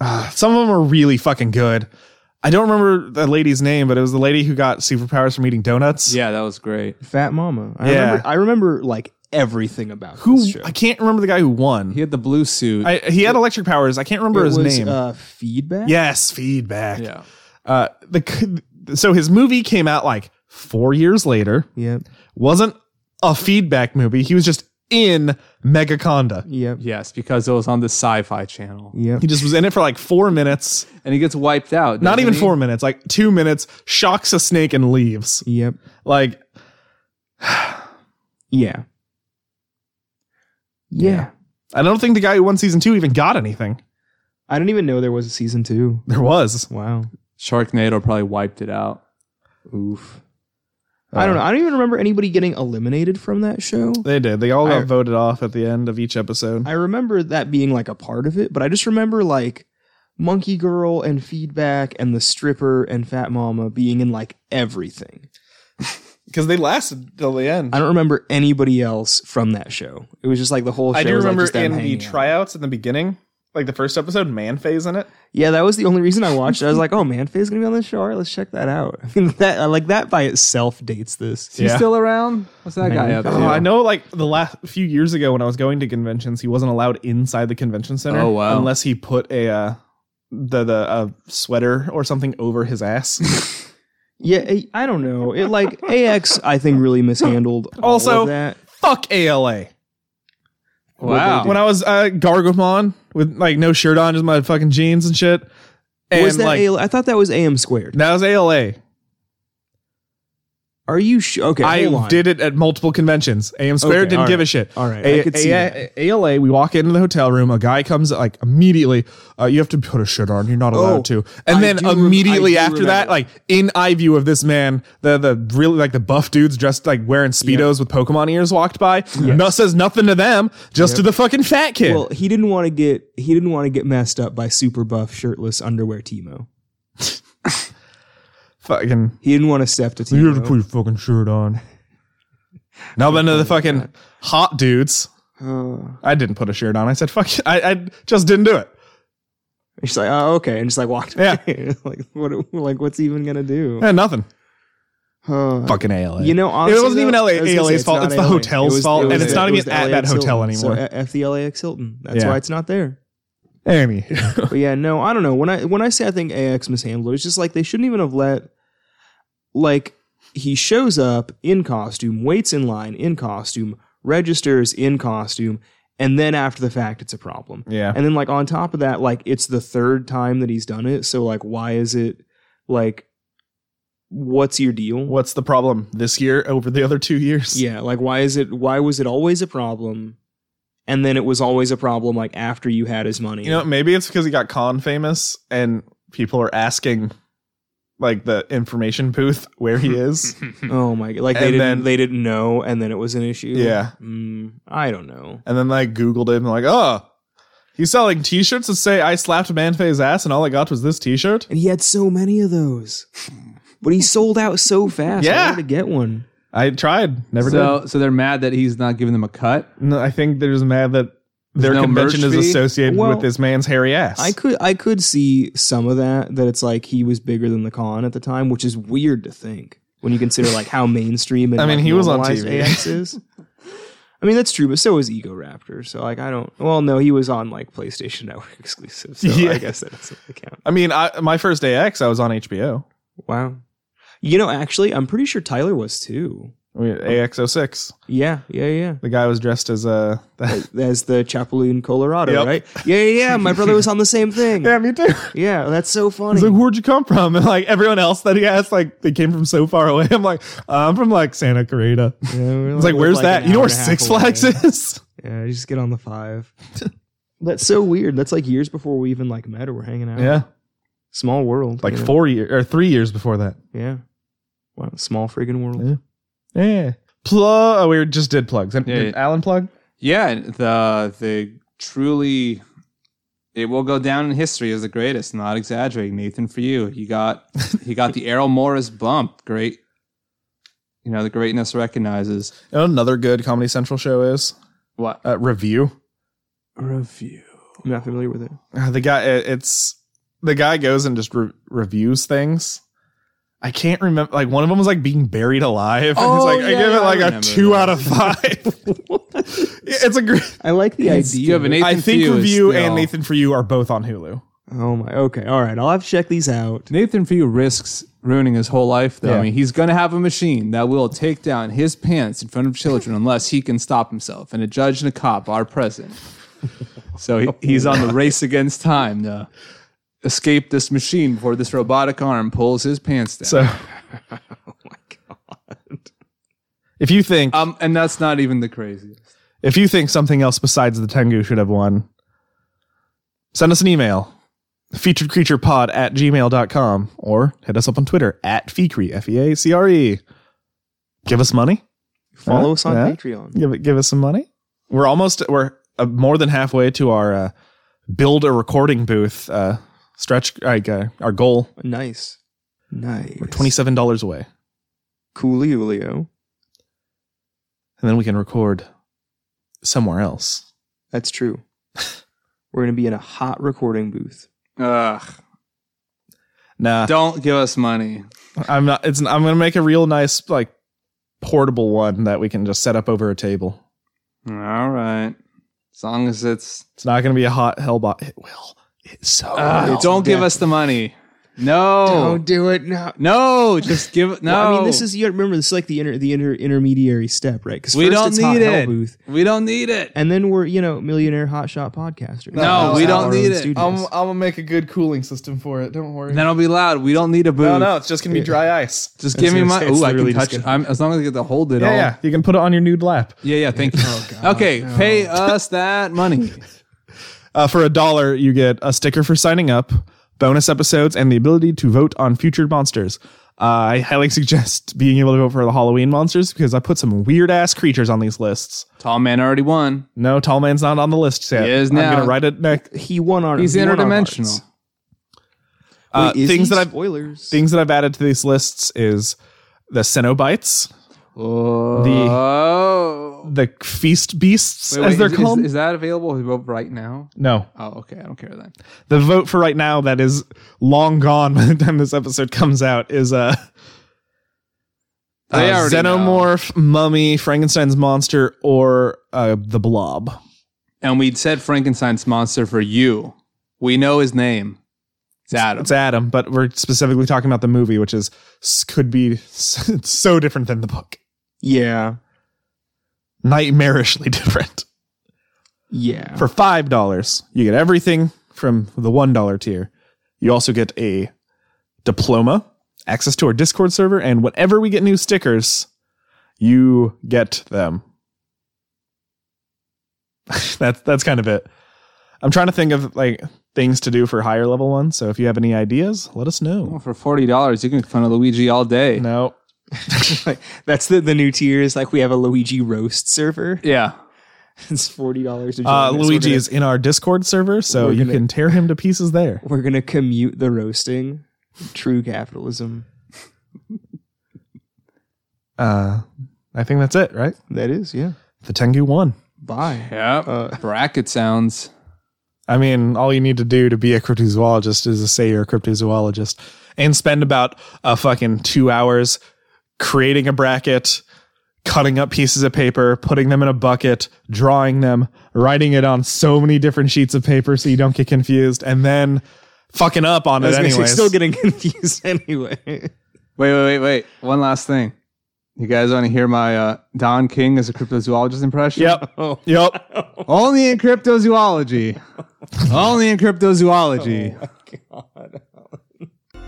Speaker 1: uh, some of them are really fucking good. I don't remember the lady's name, but it was the lady who got superpowers from eating donuts.
Speaker 3: yeah, that was great.
Speaker 2: Fat Mama. I
Speaker 1: Yeah.
Speaker 2: remember I remember like everything about
Speaker 1: Who
Speaker 2: this show.
Speaker 1: I can't remember the guy who won.
Speaker 3: He had the blue suit.
Speaker 1: I, he had electric powers. I can't remember
Speaker 2: It
Speaker 1: his
Speaker 2: was,
Speaker 1: name.
Speaker 2: Uh, feedback.
Speaker 1: yes, feedback.
Speaker 3: yeah.
Speaker 1: Uh, the c- so his movie came out like four years later.
Speaker 2: Yep.
Speaker 1: Wasn't a feedback movie. He was just in Megaconda.
Speaker 2: Yep.
Speaker 3: Yes, because it was on the sci-fi channel,
Speaker 2: Yep.
Speaker 1: He just was in it for like four minutes.
Speaker 3: and he gets wiped out.
Speaker 1: Not
Speaker 3: doesn't
Speaker 1: even
Speaker 3: he?
Speaker 1: four minutes. Like two minutes. Shocks a snake and leaves.
Speaker 2: Yep.
Speaker 1: Like
Speaker 2: Yeah. Yeah.
Speaker 1: I don't think the guy who won season two even got anything.
Speaker 2: I didn't even know there was a season two.
Speaker 1: There was.
Speaker 2: Wow.
Speaker 3: Sharknado probably wiped it out.
Speaker 2: Oof. I
Speaker 1: Uh.
Speaker 2: don't know. I don't even remember anybody getting eliminated from that show.
Speaker 1: They did. They all got
Speaker 2: I-
Speaker 1: voted off at the end of each episode.
Speaker 2: I remember that being like a part of it, but I just remember like Monkey Girl and Feedback and the stripper and Fat Mama being in like everything.
Speaker 1: Because they lasted till the end.
Speaker 2: I don't remember anybody else from that show. It was just like the whole show.
Speaker 1: I do
Speaker 2: was, like,
Speaker 1: remember
Speaker 2: just them
Speaker 1: in the
Speaker 2: hanging out.
Speaker 1: tryouts in the beginning, like the first episode, Man Phase in it.
Speaker 2: Yeah, that was the only reason I watched it. I was like, oh man, Faye's gonna be on this show. All right, let's check that out. I mean, that like that by itself dates this.
Speaker 3: Is he
Speaker 1: Yeah.
Speaker 3: still around? What's that guy
Speaker 2: Maybe.
Speaker 3: up to?
Speaker 1: Oh, I know. Like the last few years ago, when I was going to conventions, he wasn't allowed inside the convention center.
Speaker 3: Oh, wow.
Speaker 1: Unless he put a uh, the the uh, sweater or something over his ass.
Speaker 2: Yeah, I- I don't know. It like AX, I think really mishandled. all
Speaker 1: Also-
Speaker 2: of that.
Speaker 1: Fuck ALA.
Speaker 3: Wow.
Speaker 1: When I was uh, Gargamon with like no shirt on, just my fucking jeans and shit. And
Speaker 2: was that
Speaker 1: like
Speaker 2: AL? I thought that was AM squared.
Speaker 1: that was ALA.
Speaker 2: Are you sh- okay? hold
Speaker 1: I
Speaker 2: on.
Speaker 1: did it at multiple conventions. AM Square
Speaker 2: Okay,
Speaker 1: didn't
Speaker 2: all
Speaker 1: give a
Speaker 2: right.
Speaker 1: shit.
Speaker 2: All right,
Speaker 1: A-
Speaker 2: I could see
Speaker 1: A- ALA, we walk into the hotel room. A guy comes like immediately. Uh, you have to put a shirt on. You're not allowed to. And
Speaker 2: Oh, I
Speaker 1: then
Speaker 2: do rem-
Speaker 1: immediately
Speaker 2: I do
Speaker 1: after that,
Speaker 2: remember.
Speaker 1: like in eye view of this man, the the really like the buff dudes dressed like wearing speedos with Pokemon ears walked by. No says nothing to them, just to the fucking fat kid.
Speaker 2: Well, he didn't want to get he didn't want to get messed up by super buff shirtless underwear Timo.
Speaker 1: fucking
Speaker 2: He didn't want to step to
Speaker 1: You have to
Speaker 2: Timo.
Speaker 1: put your fucking shirt on. Now then to the fucking hot dudes. I didn't put a shirt on. I said, fuck you. I, I just didn't do it.
Speaker 2: He's like, oh okay, and just like walked
Speaker 1: Yeah.
Speaker 2: away. like what? Like what's he even gonna do?
Speaker 1: Eh, nothing.
Speaker 2: Huh.
Speaker 1: Fucking ALA.
Speaker 2: You know, honestly,
Speaker 1: it wasn't even
Speaker 2: though,
Speaker 1: LA,
Speaker 2: I was gonna
Speaker 1: ALA's
Speaker 2: say,
Speaker 1: fault.
Speaker 2: not
Speaker 1: It's the
Speaker 2: LA.
Speaker 1: hotel's
Speaker 2: It was-
Speaker 1: fault,
Speaker 2: it
Speaker 1: and
Speaker 2: was-
Speaker 1: it's not
Speaker 2: it was
Speaker 1: even at
Speaker 2: LAX
Speaker 1: that hotel
Speaker 2: Hilton.
Speaker 1: anymore.
Speaker 2: So F the LAX Hilton. That's
Speaker 1: Yeah.
Speaker 2: why it's not there.
Speaker 1: Amy.
Speaker 2: But yeah, no, I don't know. When I when I say I think AX mishandled, it's just like they shouldn't even have let like he shows up in costume, waits in line in costume, registers in costume, and then after the fact it's a problem.
Speaker 1: yeah.
Speaker 2: And then like on top of that, like it's the third time that he's done it. So like why is it like what's your deal?
Speaker 1: What's the problem this year over the other two years?
Speaker 2: Yeah, like why is it why was it always a problem? And then it was always a problem like after you had his money.
Speaker 1: You know, maybe it's because he got con famous and people are asking like the information booth where he is.
Speaker 2: oh my god. Like they
Speaker 1: mm. And
Speaker 2: didn't
Speaker 1: then-
Speaker 2: they didn't know and then it was an issue.
Speaker 1: Yeah.
Speaker 2: Mm, I don't know.
Speaker 1: And then like Googled it and like, oh, he's selling T-shirts that say "I slapped Manfay's ass" and all I got was this T-shirt.
Speaker 2: And he had so many of those. But he sold out so fast. I
Speaker 1: Yeah.
Speaker 2: wanted to get one.
Speaker 1: I tried, never
Speaker 3: so, so they're mad that he's not giving them a cut.
Speaker 1: did. No, I think they're just mad that their
Speaker 3: no
Speaker 1: convention
Speaker 3: merch
Speaker 1: is
Speaker 3: fee?
Speaker 1: associated
Speaker 2: Well,
Speaker 1: with this man's hairy ass.
Speaker 2: I could I could see some of that that it's like he was bigger than the con at the time, which is weird to think when you consider like how mainstream and
Speaker 1: I mean,
Speaker 2: like,
Speaker 1: he was on
Speaker 2: normalized
Speaker 1: TV.
Speaker 2: AX is. I mean that's true, but so is Ego Raptor. So like I don't. Well, no, he was on like PlayStation Network exclusive. So I
Speaker 1: Yeah.
Speaker 2: guess that doesn't really count.
Speaker 1: I mean, I, my first AX, I was on HBO.
Speaker 2: Wow. You know, actually, I'm pretty sure Tyler was too.
Speaker 1: I mean, AX06.
Speaker 2: Yeah, yeah, yeah.
Speaker 1: The guy was dressed as uh, a.
Speaker 2: As the Chapaloon, Colorado,
Speaker 1: Yep.
Speaker 2: right? Yeah, yeah, yeah. My brother was on the same thing.
Speaker 1: yeah, me too.
Speaker 2: Yeah, that's so funny.
Speaker 1: He's like, where'd you come from? And like everyone else that he asked, like they came from so far away. I'm like, I'm from like Santa Clarita.
Speaker 2: Yeah, we're
Speaker 1: It's like,
Speaker 2: we're
Speaker 1: where's
Speaker 2: like
Speaker 1: that?
Speaker 2: an
Speaker 1: You know
Speaker 2: hour
Speaker 1: where
Speaker 2: and a half
Speaker 1: Six
Speaker 2: away.
Speaker 1: Flags is?
Speaker 2: Yeah, you just get on the five. That's so weird. That's like years before we even like met or were hanging out.
Speaker 1: yeah,
Speaker 2: Small world.
Speaker 1: like
Speaker 2: you know?
Speaker 1: four years or three years before that.
Speaker 2: Yeah. Wow. Small friggin' world.
Speaker 1: Yeah. Yeah. Plug. Oh, we just did plugs. And
Speaker 3: Yeah,
Speaker 1: did Alan plug.
Speaker 3: Yeah, and the the truly it will go down in history as the greatest. Not exaggerating, Nathan. For you, he got he got the Errol Morris bump. Great, you know the greatness recognizes
Speaker 1: You know what another good Comedy Central show is
Speaker 3: what
Speaker 1: uh, review.
Speaker 3: review.
Speaker 2: I'm not familiar with it.
Speaker 1: Uh, the guy, it- it's the guy goes and just re- reviews things, I can't remember. Like one of them was like being buried alive. And it's
Speaker 3: Oh,
Speaker 1: like I
Speaker 3: yeah,
Speaker 1: give
Speaker 3: yeah,
Speaker 1: it
Speaker 3: I
Speaker 1: like a
Speaker 3: remember
Speaker 1: two
Speaker 3: that.
Speaker 1: out of five. Yeah, it's a great.
Speaker 2: I like the idea.
Speaker 3: You have an Nathan
Speaker 1: I think
Speaker 3: Few is
Speaker 1: review
Speaker 3: still-
Speaker 1: and Nathan for you are both on Hulu.
Speaker 2: Oh my. Okay. All right. I'll have to check these out.
Speaker 3: Nathan Few risks ruining his whole life, though.
Speaker 2: Yeah.
Speaker 3: I mean, he's going to have a machine that will take down his pants in front of children unless he can stop himself. And a judge and a cop are present. So he, he's on the race against time to escape this machine before this robotic arm pulls his pants down.
Speaker 1: So, oh my god! If you think
Speaker 3: um, and that's not even the craziest.
Speaker 1: if you think something else besides the Tengu should have won, send us an email, featuredcreaturepod at gmail.com, or hit us up on Twitter at Feacre, F E A C R E. Give us money.
Speaker 2: Follow us on
Speaker 1: Yeah.
Speaker 2: Patreon.
Speaker 1: Give, it- give us some money. We're almost, we're uh, more than halfway to our uh, build a recording booth uh, stretch, like uh, our goal.
Speaker 2: Nice. Nice.
Speaker 1: We're $27 away.
Speaker 2: Coolio.
Speaker 1: And then we can record somewhere else.
Speaker 2: That's true. We're gonna be in a hot recording booth.
Speaker 3: Ugh,
Speaker 1: Nah,
Speaker 3: don't give us money.
Speaker 1: I'm not. It's. I'm gonna make a real nice like portable one that we can just set up over a table.
Speaker 3: All right. As long as it's.
Speaker 1: It's not gonna be a hot hellbot. It will. It's so.
Speaker 3: Ugh,
Speaker 1: will.
Speaker 3: don't give us the money.
Speaker 1: Oh.
Speaker 3: No.
Speaker 2: do it now.
Speaker 3: No, just give. No.
Speaker 2: Well, I mean, this is you gotta remember this is like the inter, the inter, intermediary step, right? Because
Speaker 3: We don't
Speaker 2: it's hot
Speaker 3: need
Speaker 2: hell
Speaker 3: it.
Speaker 2: Booth,
Speaker 3: We don't need it.
Speaker 2: and then we're you know millionaire hotshot podcasters.
Speaker 3: No,
Speaker 1: we
Speaker 3: don't need it.
Speaker 2: Um,
Speaker 1: gonna make a good cooling system for it. Don't worry.
Speaker 3: And that'll be loud. We don't need a booth.
Speaker 1: it's just gonna be dry ice.
Speaker 3: Just give me
Speaker 2: gonna
Speaker 3: my.
Speaker 2: say, it's
Speaker 3: Ooh, I
Speaker 2: literally
Speaker 3: can
Speaker 2: just
Speaker 3: touch. I'm, as long as I get to hold it
Speaker 1: Yeah,
Speaker 3: all.
Speaker 1: yeah. You can put it on your nude lap.
Speaker 3: yeah, yeah, Thank you. okay, pay us that money.
Speaker 1: Uh, for a dollar, you get a sticker for signing up, bonus episodes, and the ability to vote on future monsters. Uh, I highly suggest being able to vote for the Halloween monsters because I put some weird ass creatures on these lists.
Speaker 3: Tall man already won.
Speaker 1: No, Tall Man's not on the list yet.
Speaker 3: He is
Speaker 1: I'm
Speaker 3: now.
Speaker 1: gonna write it next.
Speaker 2: He won our.
Speaker 3: He's
Speaker 2: he won our
Speaker 3: interdimensional.
Speaker 2: hearts.
Speaker 1: Uh,
Speaker 2: Wait, is
Speaker 1: things
Speaker 2: he?
Speaker 1: that I've
Speaker 2: spoilers.
Speaker 1: things that I've added to these lists is the Cenobites,
Speaker 3: Oh,
Speaker 1: the Feast Beasts,
Speaker 3: Wait, wait,
Speaker 1: as they're
Speaker 3: is, is-
Speaker 1: called.
Speaker 3: Is, that available to vote right now?
Speaker 1: no,
Speaker 3: Oh, okay. I don't care then.
Speaker 1: the vote for right now that is long gone by the time this episode comes out is uh,
Speaker 3: They
Speaker 1: uh,
Speaker 3: already
Speaker 1: Xenomorph, Mummy, Frankenstein's Monster, or uh, the Blob.
Speaker 3: And we'd said Frankenstein's monster for you. We know his name. It's Adam.
Speaker 1: It's Adam, but we're specifically talking about the movie, which is could be so different than the book,
Speaker 2: Yeah,
Speaker 1: nightmarishly different.
Speaker 2: yeah.
Speaker 1: For five dollars, you get everything from the one dollar tier. You also get a diploma, access to our Discord server, and whenever we get new stickers, you get them. that's that's kind of it. I'm trying to think of like things to do for higher level ones. So if you have any ideas, let us
Speaker 3: Well,
Speaker 2: Oh.
Speaker 1: know.
Speaker 3: for forty dollars, you can make fun of Luigi all day.
Speaker 1: No,
Speaker 2: Like, that's the the new tier is like we have a Luigi roast server.
Speaker 3: Yeah.
Speaker 2: It's forty dollars to join.
Speaker 1: uh,
Speaker 2: us. We're
Speaker 1: Luigi
Speaker 2: gonna-
Speaker 1: is in our Discord server, so
Speaker 2: we're
Speaker 1: you
Speaker 2: gonna-
Speaker 1: can tear him to pieces there.
Speaker 2: We're gonna commute the roasting. True capitalism.
Speaker 1: Uh, I think that's it, right?
Speaker 2: That is, yeah.
Speaker 1: The Tengu won.
Speaker 2: Bye.
Speaker 3: Yeah. Bracket sounds.
Speaker 1: I mean, all you need to do to be a cryptozoologist is to say you're a cryptozoologist and spend about a fucking two hours creating a bracket, cutting up pieces of paper, putting them in a bucket, drawing them, writing it on so many different sheets of paper so you don't get confused, and then fucking up on
Speaker 2: I
Speaker 1: it
Speaker 2: was gonna say,
Speaker 1: anyways.
Speaker 2: still getting confused anyway.
Speaker 3: Wait, wait, wait, wait. One last thing. You guys want to hear my uh, Don King as a cryptozoologist impression?
Speaker 1: yep.
Speaker 2: Oh.
Speaker 1: Yep.
Speaker 3: Only in cryptozoology. Only in cryptozoology.
Speaker 2: Oh,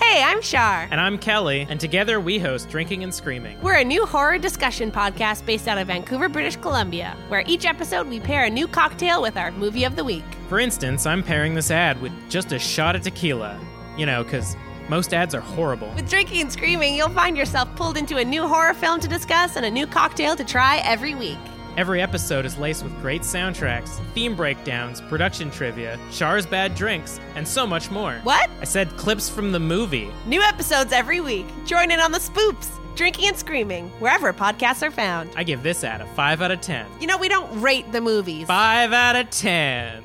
Speaker 5: Hey, I'm Shar.
Speaker 6: And I'm Kelly, and together we host Drinking and Screaming.
Speaker 5: We're a new horror discussion podcast based out of Vancouver, British Columbia, where each episode we pair a new cocktail with our movie of the week.
Speaker 6: For instance, I'm pairing this ad with just a shot of tequila. You know, because most ads are horrible.
Speaker 5: With drinking and screaming, you'll find yourself pulled into a new horror film to discuss and a new cocktail to try every week.
Speaker 6: Every episode is laced with great soundtracks, theme breakdowns, production trivia, Char's bad drinks, and so much more.
Speaker 5: What?
Speaker 6: I said clips from the movie.
Speaker 5: New episodes every week. Join in on the spoops, drinking and screaming, wherever podcasts are found.
Speaker 6: I give this ad a 5 out of 10.
Speaker 5: You know, we don't rate the movies.
Speaker 6: 5 out of 10.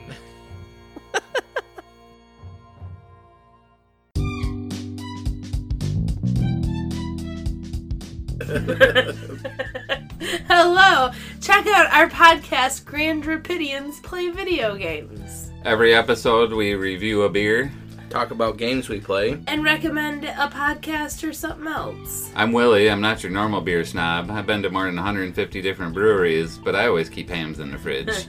Speaker 7: Hello! Check out our podcast, Grand Rapidians Play Video Games,
Speaker 8: Every episode, we review a beer.
Speaker 9: Talk about games we play.
Speaker 7: and recommend a podcast or something else.
Speaker 8: I'm Willie. I'm not your normal beer snob. I've been to more than 150 different breweries, but I always keep hams in the fridge.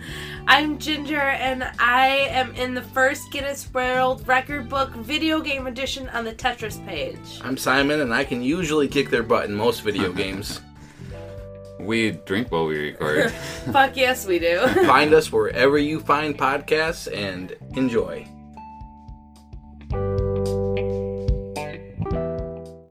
Speaker 7: I'm Ginger, and I am in the first Guinness World Record Book video game edition on the Tetris page.
Speaker 9: I'm Simon, and I can usually kick their butt in most video games.
Speaker 8: we drink while we record.
Speaker 7: Fuck yes, we do.
Speaker 9: Find us wherever you find podcasts and enjoy.